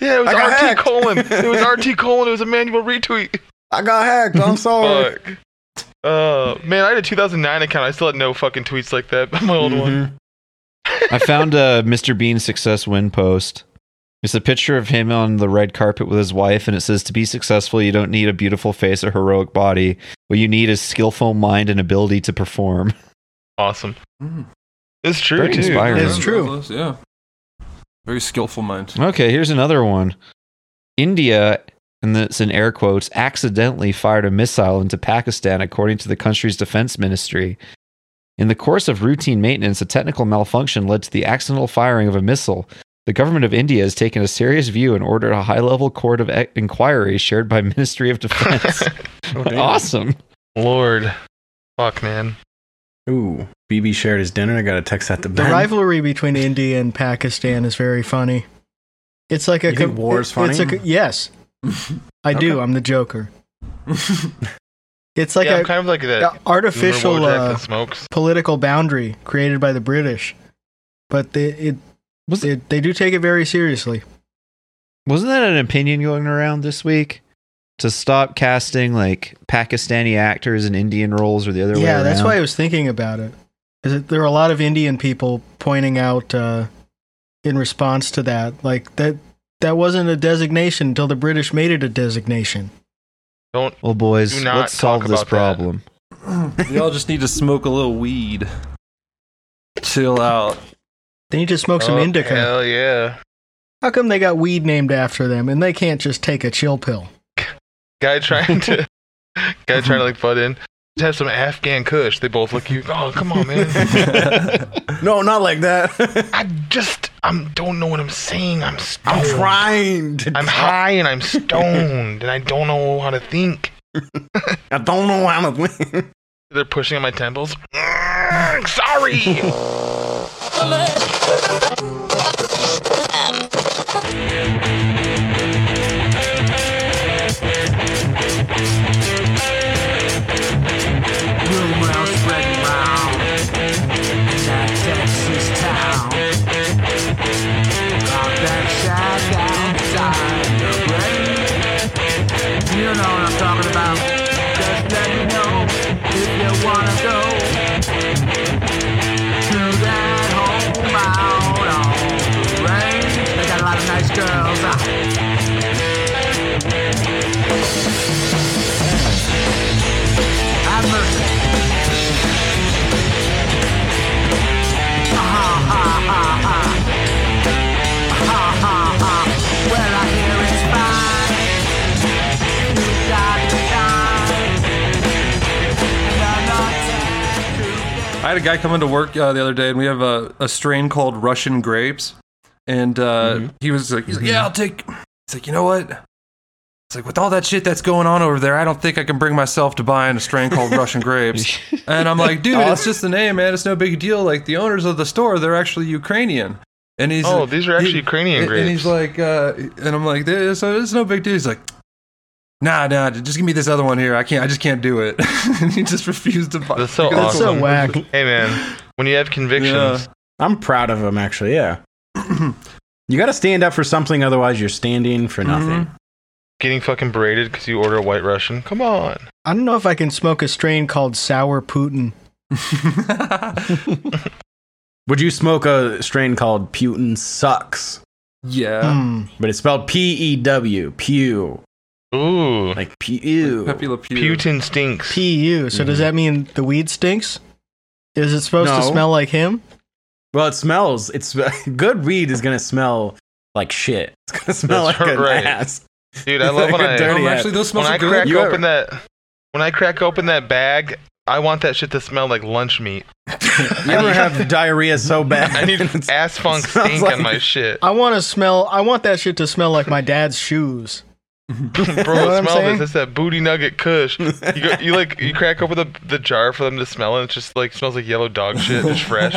Yeah, it was I got RT hacked. colon. It was RT colon. It was a manual retweet. I got hacked. I'm sorry. Fuck. Uh, man, I had a 2009 account. I still had no fucking tweets like that. My old one. Mhm. I found a Mr. Bean success win post. It's a picture of him on the red carpet with his wife, and it says, To be successful, you don't need a beautiful face or heroic body. What you need is skillful mind and ability to perform. Awesome. Mm. It's true. Very dude. inspiring. It's true. Those, Yeah. Very skillful mind. Okay, here's another one. India, and that's in air quotes, accidentally fired a missile into Pakistan, according to the country's defense ministry. In the course of routine maintenance, a technical malfunction led to the accidental firing of a missile. The government of India has taken a serious view and ordered a high-level court of e- inquiry shared by Ministry of Defense. Oh, awesome. Lord. Fuck, man. Ooh, BB shared his dinner. I got to text that to The Ben. rivalry between India and Pakistan is very funny. It's like a You think war is it- it's funny? a co- yes, I do. I'm the Joker. It's like yeah, a I'm kind of like that. a artificial Lumber Wojtek uh, that smokes. political boundary created by the British, but they, it, Was it they do take it very seriously. Wasn't that an opinion going around this week? To stop casting like Pakistani actors in Indian roles or the other way Yeah, that's around? why I was thinking about it. Because there are a lot of Indian people pointing out uh, in response to that, like that that wasn't a designation until the British made it a designation. Don't. Well, boys, Do not let's solve talk this about that. problem. we all just need to smoke a little weed. Chill out. They need to smoke some Oh, indica. Hell yeah. How come they got weed named after them and they can't just take a chill pill? Guy trying to. guy trying to like butt in. Just have some Afghan Kush. They both look at you. Oh, come on, man. no, not like that. I just. I don't know what I'm saying. I'm stoned. I'm trying to. I'm high and I'm stoned and I don't know how to think. I don't know how to win. They're pushing on my temples. Mm, sorry. Rumor spread round in that Texas town. About that shack outside the brain. You know what I'm talking about. Just let me know if you wanna go to that home out on the range. They got a lot of nice girls. ah. Have mercy. Well, I hear it's fine. You got to die. I had a guy come into work uh, the other day, and we have a, a strain called Russian grapes, and uh, Mm-hmm. he was like, he's like, "Yeah, I'll take." He's like, "You know what?" It's like with all that shit that's going on over there, I don't think I can bring myself to buying a strain called Russian grapes. And I'm like, dude, it's just the name, man. It's no big deal. Like the owners of the store, they're actually Ukrainian. And he's Oh, these are actually Ukrainian and, grapes. and he's like, uh, and I'm like, "There- so it's no big deal. He's like, nah, nah, just give me this other one here. I can't, I just can't do it. and he just refused to buy. That's so because That's so Awesome. whack. hey man, when you have convictions, I'm proud of him, actually. Yeah. you got to stand up for something, otherwise, you're standing for Mm-hmm. nothing. getting fucking berated because you order a white Russian. Come on. I don't know if I can smoke a strain called Sour Putin. Would you smoke a strain called Putin Sucks? yeah. Hmm. But it's spelled P E W, pew. Ooh, Like pew. Pepe Le Pew. Putin stinks. PU. So does that mean the weed stinks? Is it supposed to Mm-hmm. No. smell like him? Well, it smells. It's good weed is gonna smell like shit. It's gonna smell That's like an right. ass. Dude, I love when Dirty I Um, ass. actually, those when smells I are crack good. You open that when I crack open that bag I want that shit to smell like lunch meat. You ever have diarrhea so bad? I need It's- ass funk sounds stink like- on my shit. I want to smell. I want that shit to smell like my dad's shoes. Bro, Know what I'm smell saying? this. That's that booty nugget kush. You, go, you like you crack open the the jar for them to smell, and it just like smells like yellow dog shit. It's fresh.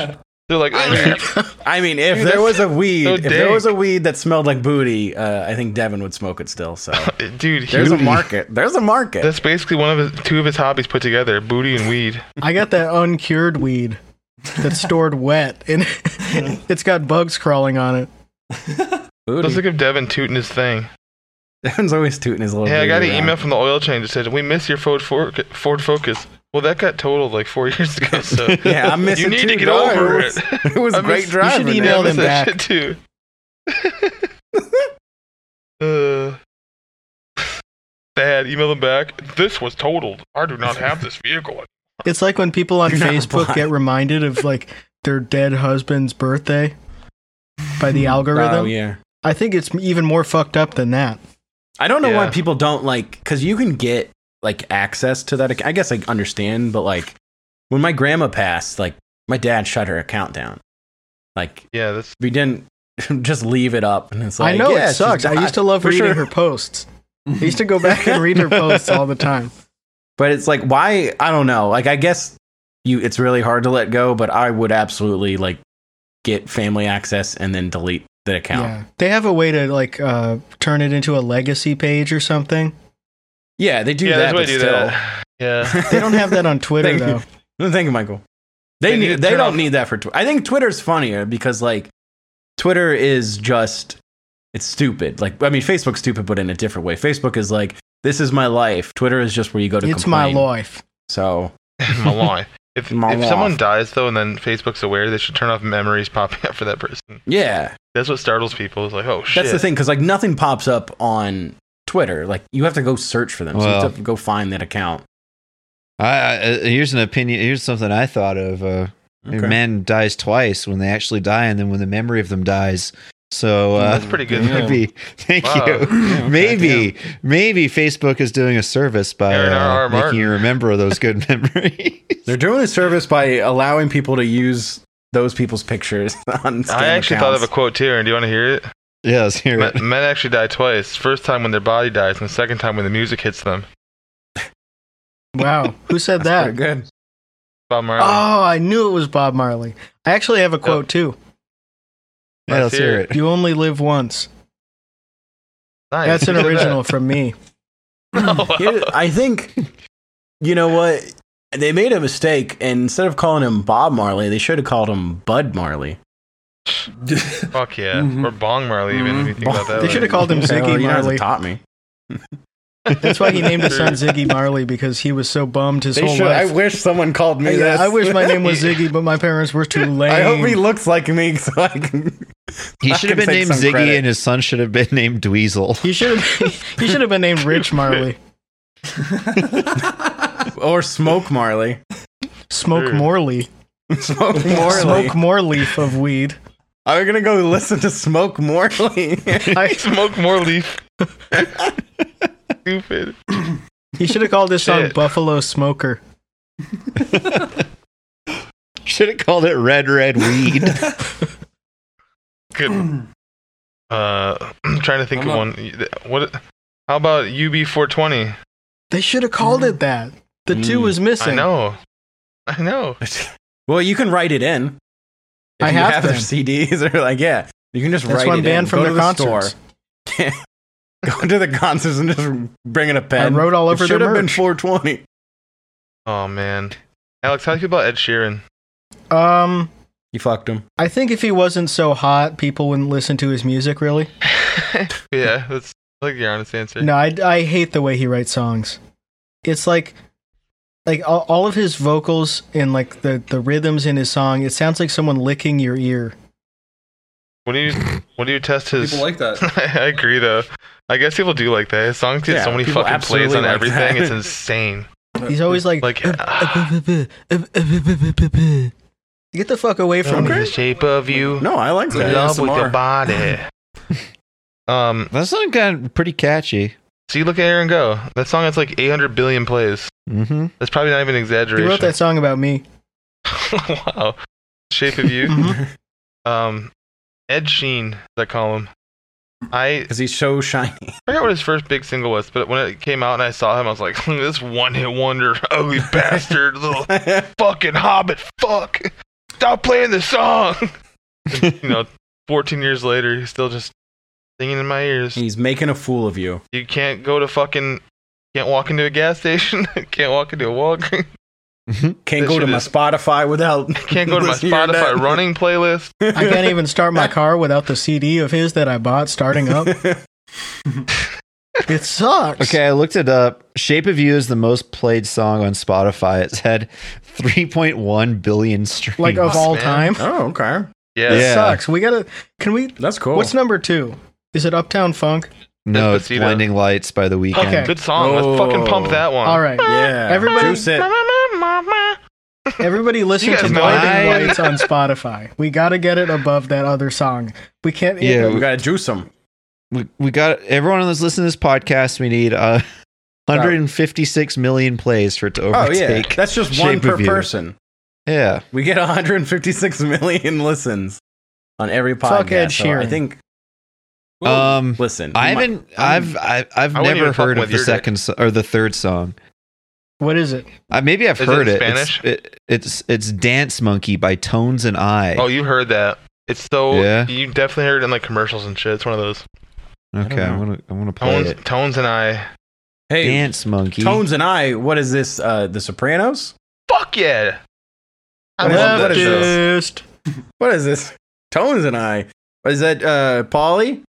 They're like, "Ugh." I mean, if Dude, there that's was a weed, so if there dank. was a weed that smelled like booty, uh, I think Devin would smoke it still. So dude, there's a Hugh- market. There's a market. That's basically one of his two of his hobbies put together: booty and weed. I got that uncured weed that's stored wet, and it's got bugs crawling on it. booty. Let's look at Devin tooting his thing. Devin's always tooting his little. Hey, I got an booty around. email from the oil change that said we miss your Ford Fo- Ford Focus. Well, that got totaled like four years ago, so Yeah, I'm missing. you need two to get dollars. Oh, over it. It was I great miss- you should driving. email Yeah, I Devin. miss them that back. shit too. uh, Dad, email them back. This was totaled. I do not have this vehicle. It's like when people on You're not Facebook blind. get reminded of like their dead husband's birthday by the algorithm. Oh yeah. I think it's even more fucked up than that. I don't know why Yeah. people don't like because you can get like access to that. ac- I guess I understand, but like when my grandma passed, like my dad shut her account down. Like Yeah, that's we didn't just leave it up, and it's like I know yeah, it she's sucks. I not- used to love for reading sure. her posts. I used to go back and read her posts all the time. but it's like why? I don't know. Like I guess you, it's really hard to let go, but I would absolutely like get family access and then delete the account. Yeah. They have a way to like uh, turn it into a legacy page or something. Yeah, they do yeah, that. that's why I but do still. that. Yeah, They don't have that on Twitter Thank you. though. Thank you, Michael. They They need need, to they turn don't off- need that for Twitter. I think Twitter's funnier because like Twitter is just it's stupid. Like I mean, Facebook's stupid, but in a different way. Facebook is like this is my life. Twitter is just where you go to. It's complain. my life. So Malone. If My if someone life. dies though, and then Facebook's aware, they should turn off memories popping up for that person. yeah, That's what startles people. It's like, oh shit. that's the thing because like nothing pops up on Twitter. Like you have to go search for them. so you Well. have to go find that account. I, I, uh, here's an opinion. Here's something I thought of. Uh, Okay. Man dies twice when they actually die, and then when the memory of them dies. So uh, Hmm, That's pretty good. Yeah. maybe, thank Wow. you. Yeah, maybe, maybe Facebook is doing a service by Aaron R. R. uh, Martin. making you remember those good memories. They're doing a service by allowing people to use those people's pictures on. Scam I actually thought of a accounts. quote here, and do you want to hear it? yes, here. Men, men actually die twice. First time when their body dies, and the second time when the music hits them. Wow. Who said That's that? pretty good. Bob Marley. Oh, I knew it was Bob Marley. I actually have a quote too. yeah, let's hear it. You only live once. Nice. That's an Look at that. Oh, original from me. Here- I think you know what they made a mistake, and instead of calling him Bob Marley, they should have called him Bud Marley. Fuck yeah. Mhm. Or Bong Marley, even if you think about that. They way. should have called him Ziggy You know, Marley. they taught me. That's why he named his son Ziggy Marley because he was so bummed his They whole should. I life. wish someone called me Yeah, this. I wish my name was Ziggy, but my parents were too lame. I hope he looks like me, so I can. He I should have can been take named some Ziggy, credit. and his son should have been named Dweezil. He should have. He should have been named Rich Marley. or Smoke Marley. Smoke Dude. Morley. Smoke Marley. Smoke more leaf of weed. I'm gonna go listen to Smoke Marley. I, Smoke more leaf. Stupid. he should have called this song Shit. Buffalo Smoker. should have called it Red Red Weed. Good. Uh, I'm trying to think I'm of not- one. What? How about UB420? They should have called it that. The two Mm. was missing. I know. I know. well, you can write it in. I If you have have their been. CDs. Or like, yeah, you can just That's write why it I'm banned in. from go the, to concerts. store. go to the concerts and just bring in a pen. I wrote all It over their should have been merch. 420. Oh man. Alex, how do you feel about Ed Sheeran? Um, You fucked him. I think if he wasn't so hot, people wouldn't listen to his music. Really? yeah, that's I like your honest answer. No, I, I hate the way he writes songs. It's like, like all, all of his vocals and like the the rhythms in his song. It sounds like someone licking your ear. What do you What do you test his? People like that. I agree though. I guess people do like that. His songs get Yeah, so many people fucking plays absolutely on like everything. that. It's insane. He's always like, Like, get the fuck away from I'm in me. the shape of you. No, I like in that. love with ASMR. your body. um, that song got pretty catchy. See, look at Aaron go. That song has like 800 billion plays. Mm-hmm. That's probably not even an He exaggeration. wrote that song about me. wow. Shape of You. Mhm. um, Ed Sheen, as I call him. I because he's so shiny. forgot what his first big single was, but when it came out and I saw him, I was like, this one hit wonder, ugly bastard, little fucking hobbit, fuck. Stop playing the song. And, you know, 14 years later, he's still just singing in my ears. he's making a fool of you. You can't go to fucking. Can't walk into a gas station. Can't walk into a Walgreens. Can't That go to shit my is- Spotify without. Can't go to my listening your Spotify net. running playlist. I can't even start my car without the CD of his that I bought starting up. It sucks. Okay, I looked it up. Shape of You is the most played song on Spotify. It's had 3.1 billion streams. Like of all man. time. Oh, okay. Yes. Yeah. Sucks. We gotta. Can we? That's cool. What's number two? Is it Uptown Funk? no, Despacito. it's Blinding Lights by The Weeknd. Okay. Good song. Let's fucking pump that one. All right. yeah. Everybody- Juice it. Everybody listen You to guys know Blinding it. Lights on Spotify. We gotta get it above that other song. We can't. Yeah. We gotta juice them. We, we got everyone that's listening to this podcast. We need uh, 156 million plays for it to Oh yeah, overtake. that's just Shape one of per You. person. yeah. We get 156 million listens on every podcast. Fuck Ed so I Sheeran. think. Um, listen, I you might- haven't. I've. I, I've I wouldn't never even fuck heard with of the your dick. second so- or the third song. What is it? Uh, maybe I've Is it heard in it. It's- Spanish? it- It's, it's Dance Monkey by Tones and I. Oh, you heard that. It's so Yeah. you definitely heard it in like commercials and shit. It's one of those okay, I don't I'm gonna I'm gonna play tones, it. tones and I. Hey, Dance Monkey. Tones and I. What is this? Uh, the Sopranos. Fuck yeah! I What love that is show. Leftist. What is this? Tones and I. Is that uh Polly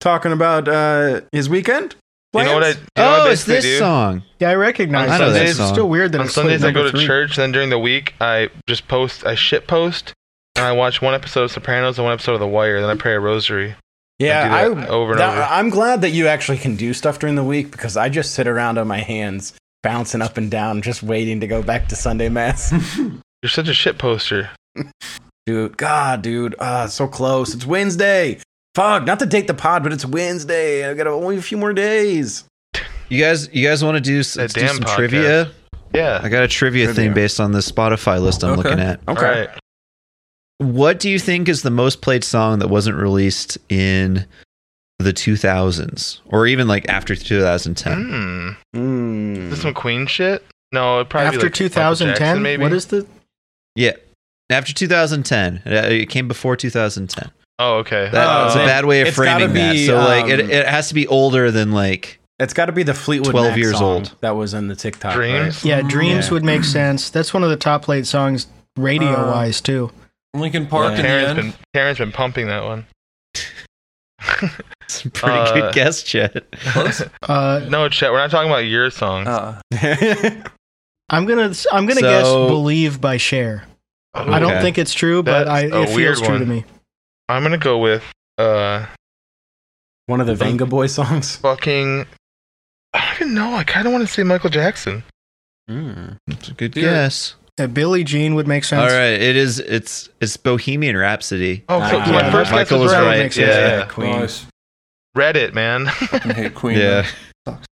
talking about uh his weekend? You know what I? You plans? know what I oh, it's basically this do? song. Yeah, I recognize. On that. Sundays- It's still weird that On it's Sundays I number go to three. church. Then during the week I just post. I shit post. And I watch one episode of Sopranos and one episode of The Wire. Then I pray a rosary. Yeah, I I, do that over and that- over. I'm glad that you actually can do stuff during the week because I just sit around on my hands bouncing up and down just waiting to go back to Sunday mass. You're such a shit poster. dude, god, dude, ah, so close. It's Wednesday. Fuck, not to date the pod, but it's Wednesday. I got only a few more days. You guys, you guys want to do, s- That let's do damn some podcast. trivia? Yeah. I got a trivia, Trivia. thing based on the Spotify list I'm Okay. looking at. Okay. All right. What do you think is the most played song that wasn't released in the 2000s or even like after 2010? Hmm. Mm. Is this some Queen shit? No, it probably be, After like, Michael 2010, Jackson, maybe. what is the? Yeah. After 2010, Uh, it came before 2010. Oh, okay. Oh, That, that's a okay. bad way of It's gotta framing be, that. So like, it, um, it has to be older than like. It's got to be the Fleetwood 12 Mac years song old. that was in the TikTok. right? Dreams. Yeah, dreams Yeah. would Mm-hmm. make sense. That's one of the top played songs radio Uh. wise too. Lincoln Yeah. Park in Karen's the been end. Karen's been pumping that one. It's a pretty Uh, good guess, Chet. Uh, no, Chet, we're not talking about your song. Uh, I'm gonna I'm gonna guess So- "Believe" by Cher. I don't Oh, Okay. think it's true, but That's I, a it weird feels true one. to me. I'm gonna go with uh One of the Venga Boy songs. fucking. I don't even know. I kind of want to say Michael Jackson. Hmm. It's a good Dude. guess. Uh, Billie Jean would make sense. All right, it is. It's it's Bohemian Rhapsody. Oh, so Ah. so my Yeah, first guess Michael was was right. right. Makes Yeah, sense. yeah. Oh, I Queen. s- Reddit, man. fucking hate Queen. Yeah. Sucks.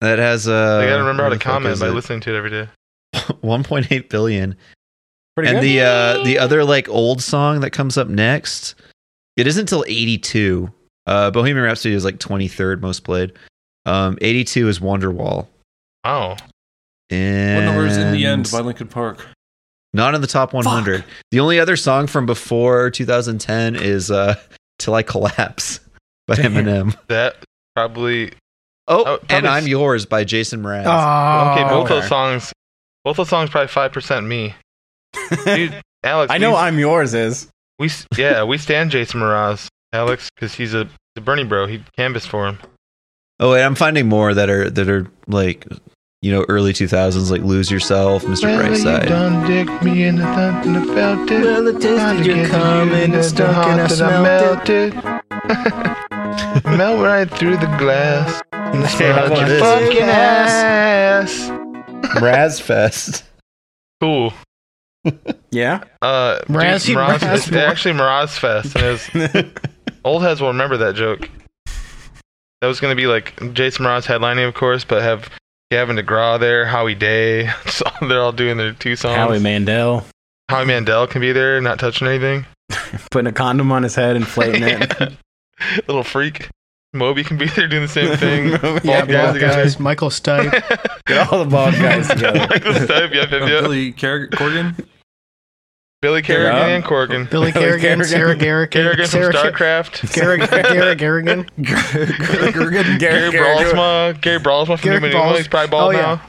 That has uh, I gotta remember how where to the fuck comment is by it? listening to it every day. 1.8 billion. Pretty and good. the uh the other like old song that comes up next, it isn't until 82. Uh Bohemian Rhapsody is like 23rd most played. Um 82 is Wonderwall. Oh, What And number is in the end by Lincoln Park? Not in the top 100. The only other song from before 2010 is uh Till I Collapse by Damn. Eminem. that probably. Oh, probably and I'm s- Yours by Jason Mraz. Oh, okay, both okay. those songs. Both those songs probably five percent me. Dude, Alex, I know we- I'm yours is. We s- yeah, we stand Jason Mraz, Alex, because he's a, the Bernie bro. He canvassed for him. Oh wait, I'm finding more that are that are like you know early 2000s like Lose Yourself, Mr. Brightside. done dick me and nothing about it. Well, it tasted your cum and it's stuck and I smelled melted. Melt right through the glass. how about this? fucking ass. Razfest. Cool. Yeah. Uh, dude, Razzy Mraz, it's Razmore. actually Mraz Fest, and his old heads will remember that joke. That was going to be like Jason Mraz headlining, of course, but have Gavin DeGraw there, Howie Day. So they're all doing their two songs. Howie Mandel Howie Mandel can be there, not touching anything. putting a condom on his head and flating it. Little freak. Moby can be there doing the same thing. Bald guys Yeah, Bald together. guys, Michael Stipe. Get all the bald guys together. Michael Stipe, yep, Uh, yep, yep. Billy Car- Corgan. Billy Kerrigan Yeah. and Corgan. Billy Billy Kerrigan, Kerrigan. Sarah Garrigan, Kerrigan from Sarah StarCraft. Garrigan, Garrigan, Garrigan. Gary Bralsma. Gary Bralsma from New Gary England. Brals- He's probably bald Oh, yeah. now.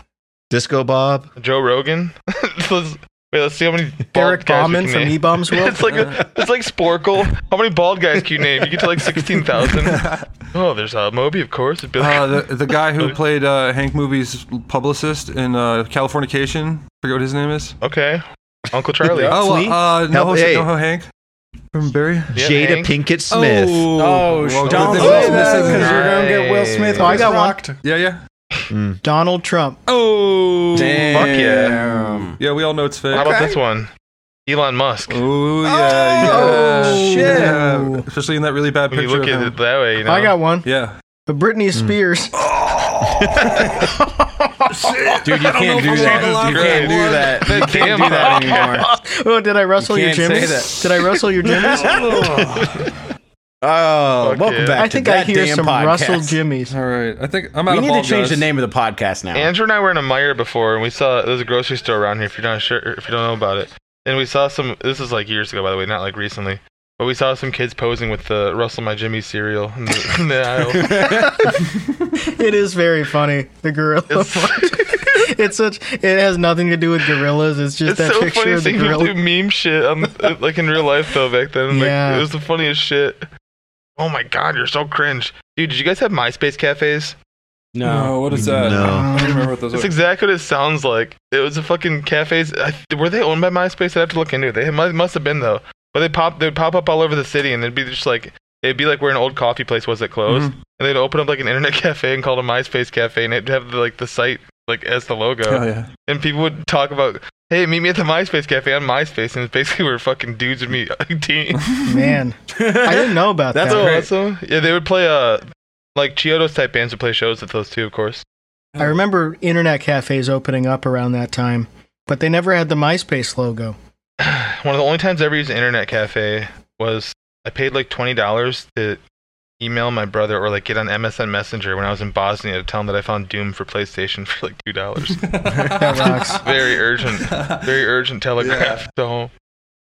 Disco Bob. Joe Rogan. let's, wait, let's see how many bald Derek guys we Bauman can from name. E-Bombs World. It's like a, it's like Sporkle. How many bald guys can you name? You get to like sixteen thousand. Oh, there's uh, Moby, of course. Billy. Uh, the, the guy who played uh, Hank Movie's publicist in uh, Californication. Forget what his name is. okay, Uncle Charlie. Oh, Flea? uh, no, Help- Ho- hey. no, Ho Hank from Barry. Yeah, Jada Hank. Pinkett Smith. Oh, well, Don't they- say well, that they- because you're gonna get Will Smith. Oh, I got one. rocked. Yeah, yeah. Donald Trump. Oh, Fuck Damn. Yeah, we all know it's fake. How about this one? Elon Musk. Ooh, yeah, Oh, yeah. shit. Yeah. Especially in that really bad When picture. you look of at him. it that way, you know. I got one. Yeah. But Britney Spears. Dude, you can't do if I'm that. allowed You to can't do say that. You can't do Damn. that anymore. Oh, did I rustle You your can't say jimmies? Did I rustle your jimmies? Oh, Fuck welcome yeah. back. I to think that I hear damn some podcast. rustle jimmies. All right. I think I'm out We of need to ball, change guys. the name of the podcast now. Andrew and I were in a Meyer before, and we saw there's a grocery store around here. If you're not sure, if you don't know about it, and we saw some. This is like years ago, by the way, not like recently. But we saw some kids posing with the Russell My Jimmy cereal in the, in the aisle. It is very funny. The gorilla. It's, it's such. It has nothing to do with gorillas. It's just it's that so picture funny of the seeing people gorilla. do meme shit, on, like in real life though. Back then, like Yeah. it was the funniest shit. Oh my god, you're so cringe, dude. Did you guys have MySpace cafes? No, what is that? No. I don't remember what those That's are. exactly what it sounds like. It was a fucking cafes. I, were they owned by MySpace? I'd have to look into it. They must, must have been though. But they pop, they'd pop up all over the city, and they'd be just like, it'd be like where an old coffee place was that closed, Mm-hmm. and they'd open up like an internet cafe and call it a MySpace cafe, and it'd have the, like the site like as the logo, Hell yeah. and people would talk about, hey, meet me at the MySpace cafe on MySpace, and it's basically where fucking dudes would meet teen. Man, I didn't know about That's that. so awesome. Yeah, they would play uh, like Chiodos type bands would play shows at those too, of course. I remember internet cafes opening up around that time, but they never had the MySpace logo. one of the only times I ever used an internet cafe was I paid like twenty dollars to email my brother or like get on MSN Messenger when I was in Bosnia to tell him that I found Doom for PlayStation for like two dollars. That rocks. very urgent, very urgent telegraph. So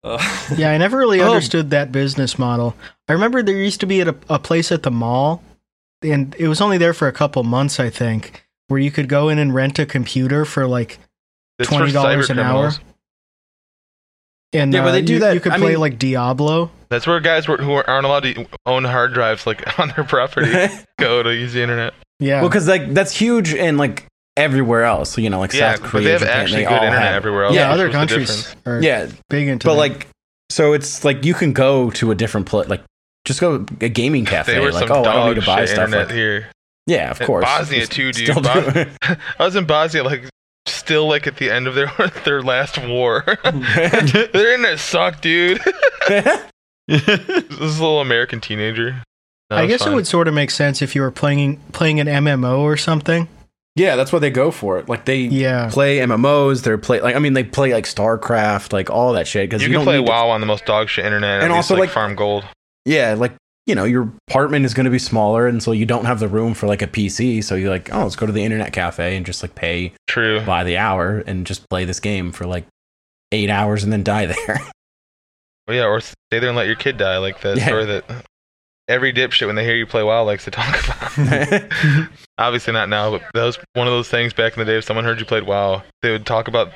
Uh, Yeah, I never really Oh. understood that business model. I remember there used to be at a, a place at the mall, and it was only there for a couple months, I think, where you could go in and rent a computer for like it's for twenty dollars cyber an hour. criminals. And Yeah, but uh, they do you, that- You could I play mean- like Diablo. That's where guys were, who aren't allowed to e, own hard drives like on their property go to use the internet. Yeah, Well, because like that's huge in like everywhere else. You know, like yeah, South but Korea, they have Japan, actually they good all internet have it. everywhere else. yeah, which other was the countries difference. are Yeah, big into but that. like, so it's like you can go to a different place. Like, just go a gaming cafe. They were like, some oh, I don't dog need to buy shit stuff. internet Like, here. yeah, of And course. Bosnia You too, dude. still Bos- do it. I was in Bosnia, like still like at the end of their their last war. their internet sucked, dude. this is a little American teenager. No, I it's guess fine. it would sort of make sense if you were playing playing an MMO or something. yeah, that's what they go for. It like they Yeah, play MMOs. They're play like I mean they play like StarCraft, like all that shit. Because You, you, don't can play need to- WoW on the most dog shit internet, And and also, also like, like- farm gold. yeah, like you know your apartment is going to be smaller, and so you don't have the room for like a PC. So you're like, oh, let's go to the internet cafe and just like pay True. by the hour and just play this game for like eight hours and then die there. Well, yeah, or stay there and let your kid die, like that Yeah. story that every dipshit when they hear you play WoW likes to talk about. Obviously not now, but that was one of those things back in the day. If someone heard you played WoW, they would talk about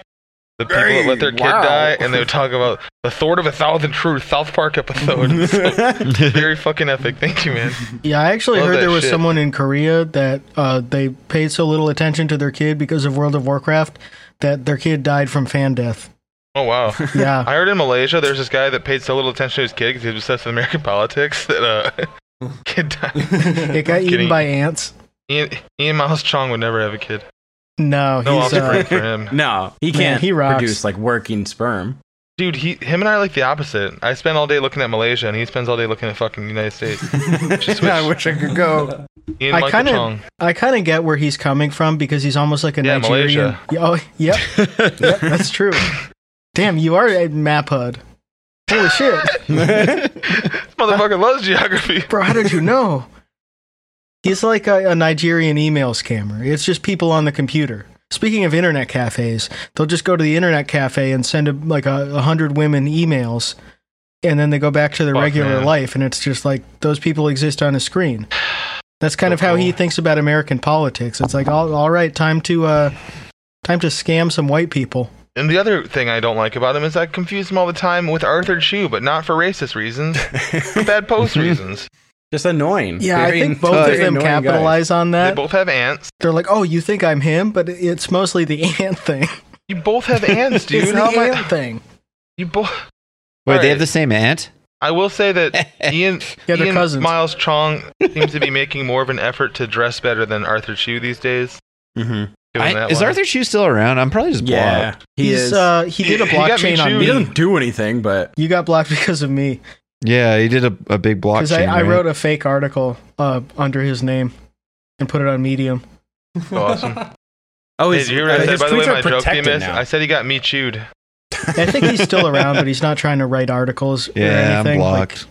the people that let their kid die, and they would talk about the Thord of a Thousand Truth South Park episode. Very fucking epic. Thank you, man. yeah. I actually Love heard that there was shit. someone in Korea that uh, they paid so little attention to their kid because of World of Warcraft that their kid died from fan death. Oh wow. Yeah, I heard in Malaysia there's this guy that paid so little attention to his kid because he was obsessed with American politics that uh, kid died. it got eaten Kidding. by ants. Ian, Ian Miles Chong would never have a kid. No, No he's offspring uh, for him. no, he Man, can't he rocks. produce like working sperm. Dude, he, him and I are like the opposite. I spend all day looking at Malaysia, and he spends all day looking at fucking United States. Just switch. I wish I could go. Ian I Michael kinda- Chong. I kind of get where he's coming from because he's almost like a Yeah, Nigerian. Malaysia. Yeah, Oh, yep, yep, that's true. Damn, you are at Map Hud. Holy shit, This motherfucker loves geography. bro! How did you know? He's like a, a Nigerian email scammer. It's just people on the computer. Speaking of internet cafes, they'll just go to the internet cafe and send a, like a, a hundred women emails, and then they go back to their Fuck, regular man. life, and it's just like those people exist on a screen. That's kind of how he thinks about American politics. It's like, all, all right, time to uh, time to scam some white people. And the other thing I don't like about him is I confuse him all the time with Arthur Chu, but not for racist reasons, for bad post reasons. Just annoying. Yeah, Very I an- think both of very them annoying guy. capitalize on They that. both have ants. They're like, "Oh, you think I'm him?" But it's mostly the ant thing. You both have ants, it's dude. the How am I? ant thing. You both. Wait, they Alright. have the same aunt? I will say that Ian, Yeah, they're Ian cousins. Miles Chong seems to be making more of an effort to dress better than Arthur Chu these days. Mhm. Give him I, that is one. Arthur Chu still around? I'm probably just blocked. Yeah, he He's, is. Uh, he did a He got me blockchain on too. he me. doesn't do anything, but You got blocked because of me. Yeah, he did a, a big block. Because I, I wrote a fake article uh, under his name and put it on Medium. Awesome. oh, Hey, did you hear what I said, by the way, my joke you missed? I said he got me chewed. I think he's still around, but he's not trying to write articles or Yeah, I'm anything. Like, blocked.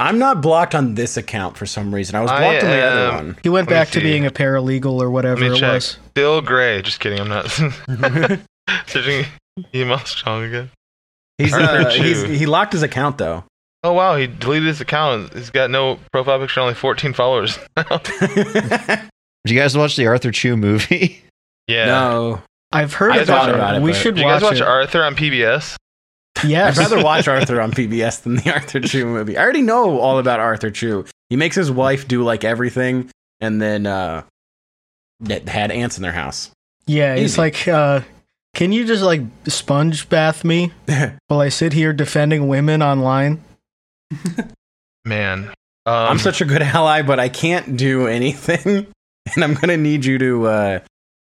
I'm not blocked on this account for some reason. I was I blocked on the other am- one. he went Let me back to see. being a paralegal or whatever Let me it check. was. Still gray. Just kidding. I'm not searching Ian Miles Chong again. He's, Arthur uh, Chu. he's he locked his account though. Oh wow, he deleted his account. He's got no profile picture, only 14 followers. Did you guys watch the Arthur Chu movie? yeah. No, I've heard I about thought it. about it, we but- should Did you watch, guys watch it. Arthur on PBS? yes. I'd rather watch Arthur on PBS than the Arthur Chu movie. I already know all about Arthur Chu. He makes his wife do like everything, and then uh, that had ants in their house. yeah, he's Easy. like, uh, can you just like sponge bath me while I sit here defending women online? Man. Um, I'm such a good ally, but I can't do anything, and I'm gonna need you to uh,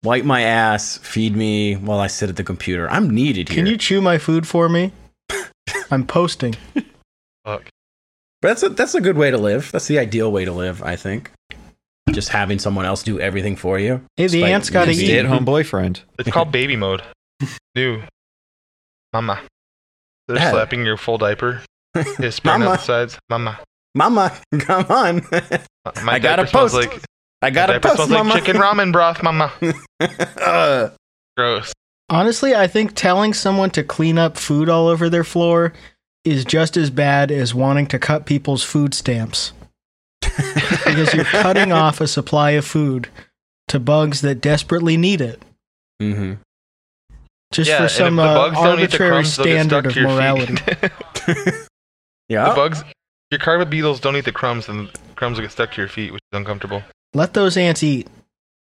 wipe my ass, feed me while I sit at the computer. I'm needed here. Can you chew my food for me? I'm posting. fuck. But that's a, that's a good way to live. That's the ideal way to live, I think. Just having someone else do everything for you. Hey, the Despite ants gotta being Stay eat. at home boyfriend. It's called baby mode. New. Mama. They're Dad. slapping your full diaper. They're spraying Mama. out the sides. Mama. Mama, come on. Uh, My I gotta diaper smells post. like I my got to diaper post, smells mama. like chicken ramen broth, mama. Uh, Gross. Honestly, I think telling someone to clean up food all over their floor is just as bad as wanting to cut people's food stamps. because you're cutting off a supply of food to bugs that desperately need it. mhm. Just yeah, for some and if the uh, bugs don't eat the arbitrary crumbs, they'll get standard stuck of to your morality. Oh. feet. Yeah. the bugs, your carpet beetles don't eat the crumbs, and the crumbs will get stuck to your feet, which is uncomfortable. Let those ants eat.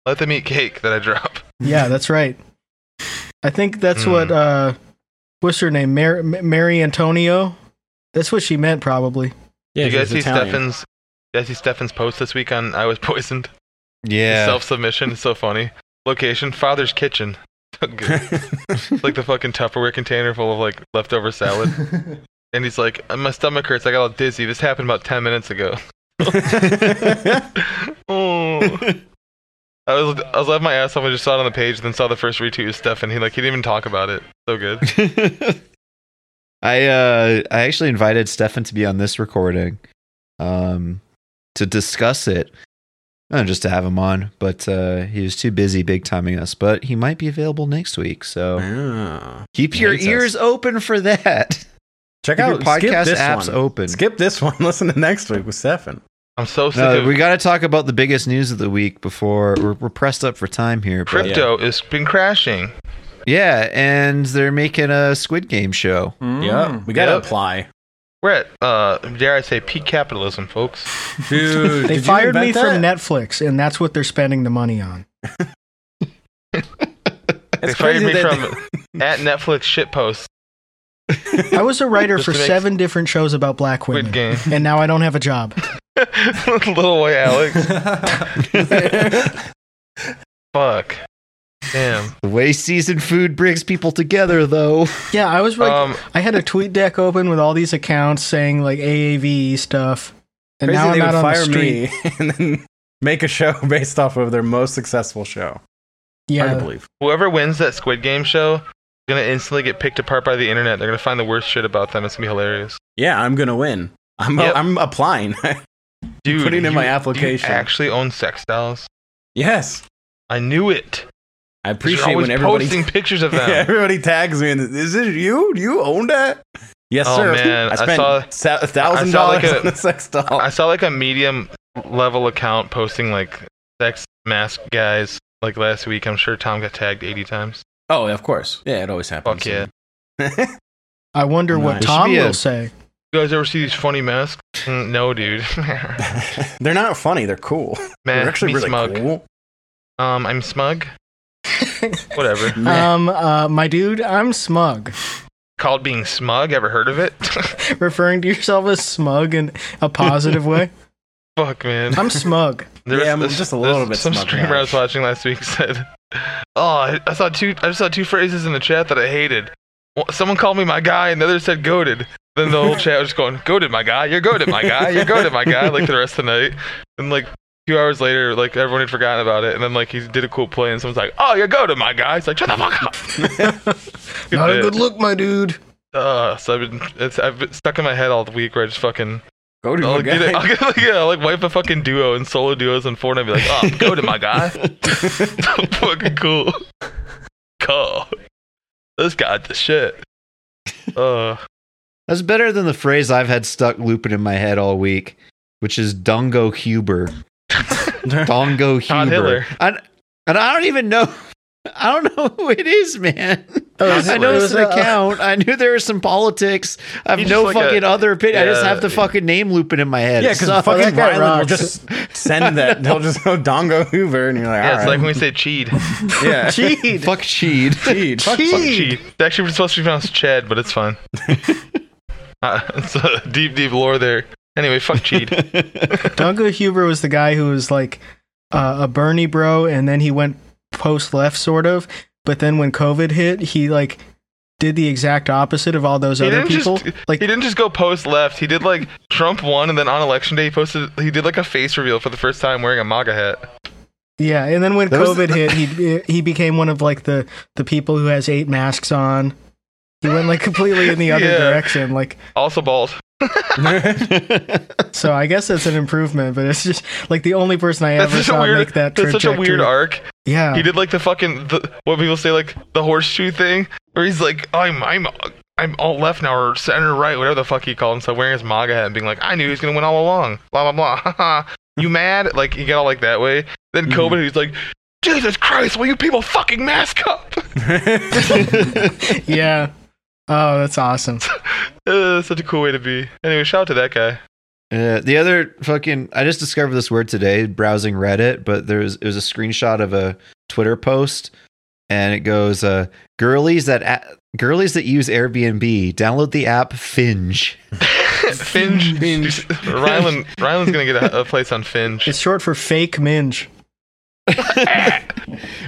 Let them eat cake that I drop. Yeah, that's right. I think that's what Hmm. uh, what's her name, Mar- M- Mary Antonio. That's what she meant, probably. yeah, Did you guys see she's Italian. Stefan's? You guys see Stefan's post this week on I was poisoned. Yeah. Self submission is so funny. Location: Father's kitchen. Good. like the fucking Tupperware container full of like leftover salad. and he's like, my stomach hurts. I got all dizzy. This happened about ten minutes ago. oh. I was I was laughing my ass off. I just saw it on the page, then saw the first retweet of Stefan. He like he didn't even talk about it. So good. I uh I actually invited Stefan to be on this recording um to discuss it. Not just to have him on, but uh he was too busy big timing us, but he might be available next week, so Ah. keep your Hates us. ears open for that. Check Keep out your podcast skip this apps one. open. Skip this one. Listen to next week with Stefan. I'm so sick No, of we got to talk about the biggest news of the week before we're, we're pressed up for time here. But crypto. It's been crashing. yeah, and they're making a Squid Game show. Yeah, Hmm. we gotta Mm. Yep. apply. We're at uh dare I say peak capitalism, folks. dude. They Did you fired me invent from that? Netflix, and that's what they're spending the money on. They It's fired crazy me that- from at Netflix shitpost I was a writer Just for to make- seven different shows about black Squid women, Game. and now I don't have a job. Little way Alex. Fuck. Damn. The way seasoned food brings people together, though. Yeah, I was like, Um, I had a tweet deck open with all these accounts saying like AAVE E stuff, and Crazy now they would I'm out on the fire street. me and then make a show based off of their most successful show. Hard to Yeah, believe. whoever wins that Squid Game show is gonna instantly get picked apart by the internet. They're gonna find the worst shit about them. It's gonna be hilarious. Yeah, I'm gonna win. I'm Yep. I'm applying. Dude, putting in my do you application. actually own sex dolls. yes, I knew it. I 'Cause you're appreciate always when everybody posting pictures of them. everybody tags me. And, Is this you? Do you own that? Yes, Oh, sir. man, I I spent saw- sa- a thousand I saw, like, dollars a- on a sex doll. I saw like a medium level account posting like sex mask guys like last week. I'm sure Tom got tagged 80 times. oh, of course. Yeah, it always happens. Fuck yeah. I wonder Nice. what It should Tom be a- will say. You guys ever see these funny masks? Mm, no, dude. Man, They're not funny. They're cool. they're actually me really smug. cool. Um, I'm smug. Whatever. Meh. Um, uh, my dude, I'm smug. Called being smug. Ever heard of it? Referring to yourself as smug in a positive way. Fuck, man. I'm smug. There's- Yeah, I'm there's- just a little there's bit Some smug streamer now. I was watching last week said, "Oh, I, I saw two. I just saw two phrases in the chat that I hated. Well, Someone called me my guy, and the other said goaded. Then the whole chat was just going, goaded, my guy. You're goaded, my guy. You're goaded, my guy.' Like the rest of the night. And like two hours later, like everyone had forgotten about it. And then like he did a cool play, and someone's like, "Oh, you're goaded, my guy." He's like, "Shut the fuck up." Good Not a bit. good look, my dude. Uh, so I've been, it's, I've been stuck in my head all week where I just fucking Go to I'll my get it. guy. I'll get like, yeah, I'll, like wipe a fucking duo and solo duos and Fortnite and be like, oh, go to my guy. fucking cool. Cool. This guy the shit. Uh, That's better than the phrase I've had stuck looping in my head all week, which is Dongo Huber. Dongo Todd Huber. Hitler. I, and I don't even know. I don't know who it is, man. Oh, I know it's an uh, account. I knew there was some politics. I have You just no like fucking a- uh, other opinion. I just yeah. have the fucking name looping in my head. yeah, It because sucks. fucking that guy Rylan will rocks. just send that. They'll just go Dongo Hoover, and you're like, yeah, it's all like right, when we say cheed. Fuck yeah, Cheat. fuck cheat. Cheat. Fuck cheed. It's actually supposed to be pronounced Chad, but it's fine. uh, it's a deep, deep lore there. Anyway, fuck cheed. Dunga Huber was the guy who was like uh, a Bernie bro, and then he went post left, sort of. But then when COVID hit, he like did the exact opposite of all those He other didn't just- people. like He didn't just go post left. He did like Trump won, and then on election day, he posted. He did like a face reveal for the first time wearing a MAGA hat. Yeah, and then when That was- COVID hit, he he became one of like the the people who has eight masks on. He went like completely in the other Yeah. direction. Like, Also bald. so I guess that's an improvement, but it's just like the only person I That's ever such a saw weird. make that that's trajectory. such a weird arc. Yeah, He did like the fucking the, what people say like the horseshoe thing, where he's like, I'm I'm I'm all left now or center right, whatever the fuck he called himself, wearing his MAGA hat and being like, I knew he was gonna win all along. Blah blah blah. Haha. you mad? Like he got all like that way. Then Mhm. COVID, he's like, Jesus Christ, will you people fucking mask up? yeah. Oh, that's awesome. uh, such a cool way to be. Anyway, shout out to that guy. Uh, the other fucking I just discovered this word today browsing Reddit, but there's it was a screenshot of a Twitter post and it goes uh girlies that a- girlies that use Airbnb download the app Finge. Finge. Finge. Rylan. Rylan's gonna get a, a place on Finge. It's short for fake minge.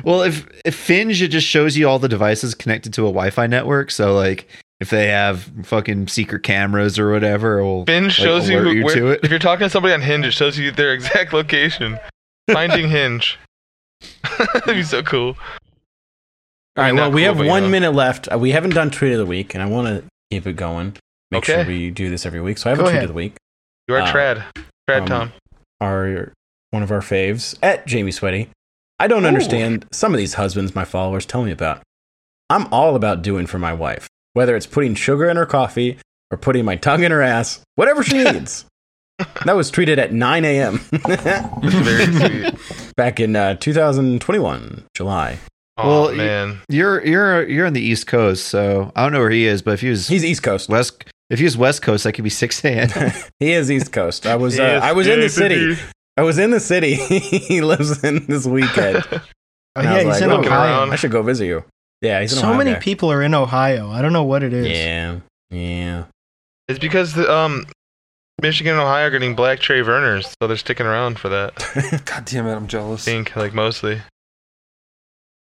well, if, if Finge it just shows you all the devices connected to a Wi-Fi network, so like if they have fucking secret cameras or whatever, it will Finge like, shows you, alert who, you where, to it. if you're talking to somebody on Hinge, it shows you their exact location. Finding Hinge. That'd be so cool. All right. Not Well, we cool, have but, you one know. minute left. Uh, We haven't done tweet of the week, and I want to keep it going. Make sure Okay. we do this every week. So I have Go a tweet ahead. of the week. You are Uh, trad. Trad um, Tom. Our one of our faves at Jamie Sweaty. I don't understand some of these husbands my followers tell me about. I'm all about doing for my wife, whether it's putting sugar in her coffee or putting my tongue in her ass, whatever she needs. that was tweeted at 9 a.m. Very sweet. back in uh, 2021, July. Oh Well, you- man. You're you're you're on the East Coast, so I don't know where he is, but if he was He's East Coast. West, if he was West Coast, that could be six a.m. He is East Coast. I was uh, I was in the city. I was in the city. he lives in this weekend. Oh, And I yeah, was like, he's in "Looking Ohio. around." I should go visit you. Yeah, he's an So Ohio many guy. people are in Ohio. I don't know what it is. Yeah, yeah. It's because the, um Michigan and Ohio are getting black Trey Verners, so they're sticking around for that. God damn it, I'm jealous. Pink, like mostly.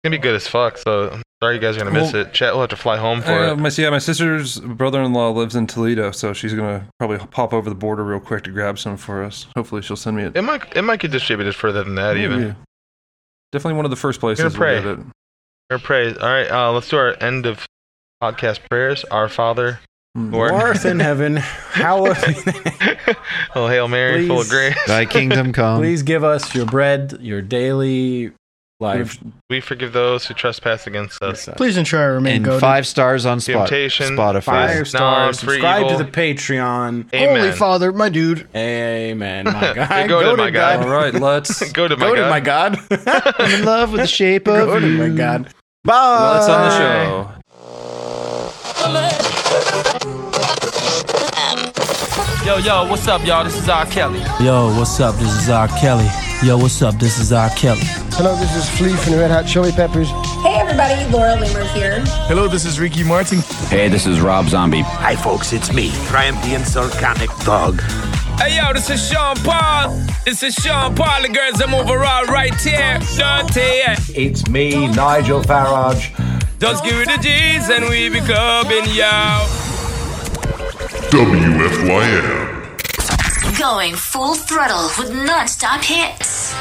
gonna be good as fuck. So I'm sorry you guys are gonna miss Well- it. Chat will have to fly home for Uh, it. my, yeah, my sister's brother-in-law lives in Toledo, so she's gonna probably pop over the border real quick to grab some for us. Hopefully, she'll send me it. It might it might get distributed further than that even. Maybe. Definitely one of the first places. pray. We'll get it. Our praise. All right, uh, let's do our end of podcast prayers. Our Father, Mm. Lord. Who art in heaven, hallowed. oh Hail Mary, full of Please. grace. Thy kingdom come. Please give us your bread, your daily life. We forgive those who trespass against us. Please ensure I remain and goaded. five stars on Spot- Temptation. Spotify. Five stars. Non-free Subscribe evil. to the Patreon. Holy Amen. Father, my dude. Amen. My God. Go to Go to my God. All right, let's. Go to my Go God. to my God. I'm in love with the shape of Go to you. my God. Bye. Let's on the show. Yo, yo, what's up, y'all? This is R. Kelly. Yo, what's up? This is R. Kelly. Yo, what's up? This is R. Kelly. Hello, this is Flea from the Red Hot Chili Peppers. Hey everybody, Laura Loomer here. Hello, this is Ricky Martin. Hey, this is Rob Zombie. Hi, folks, it's me, Triumphant Sulcanic Thug. Hey, yo, this is Sean Paul. This is Sean Paul, the girls. I'm overall right here. Dante. It's me, Nigel Farage. Just give it the G's and we be clubbing, yo. Going full throttle with non-stop hits.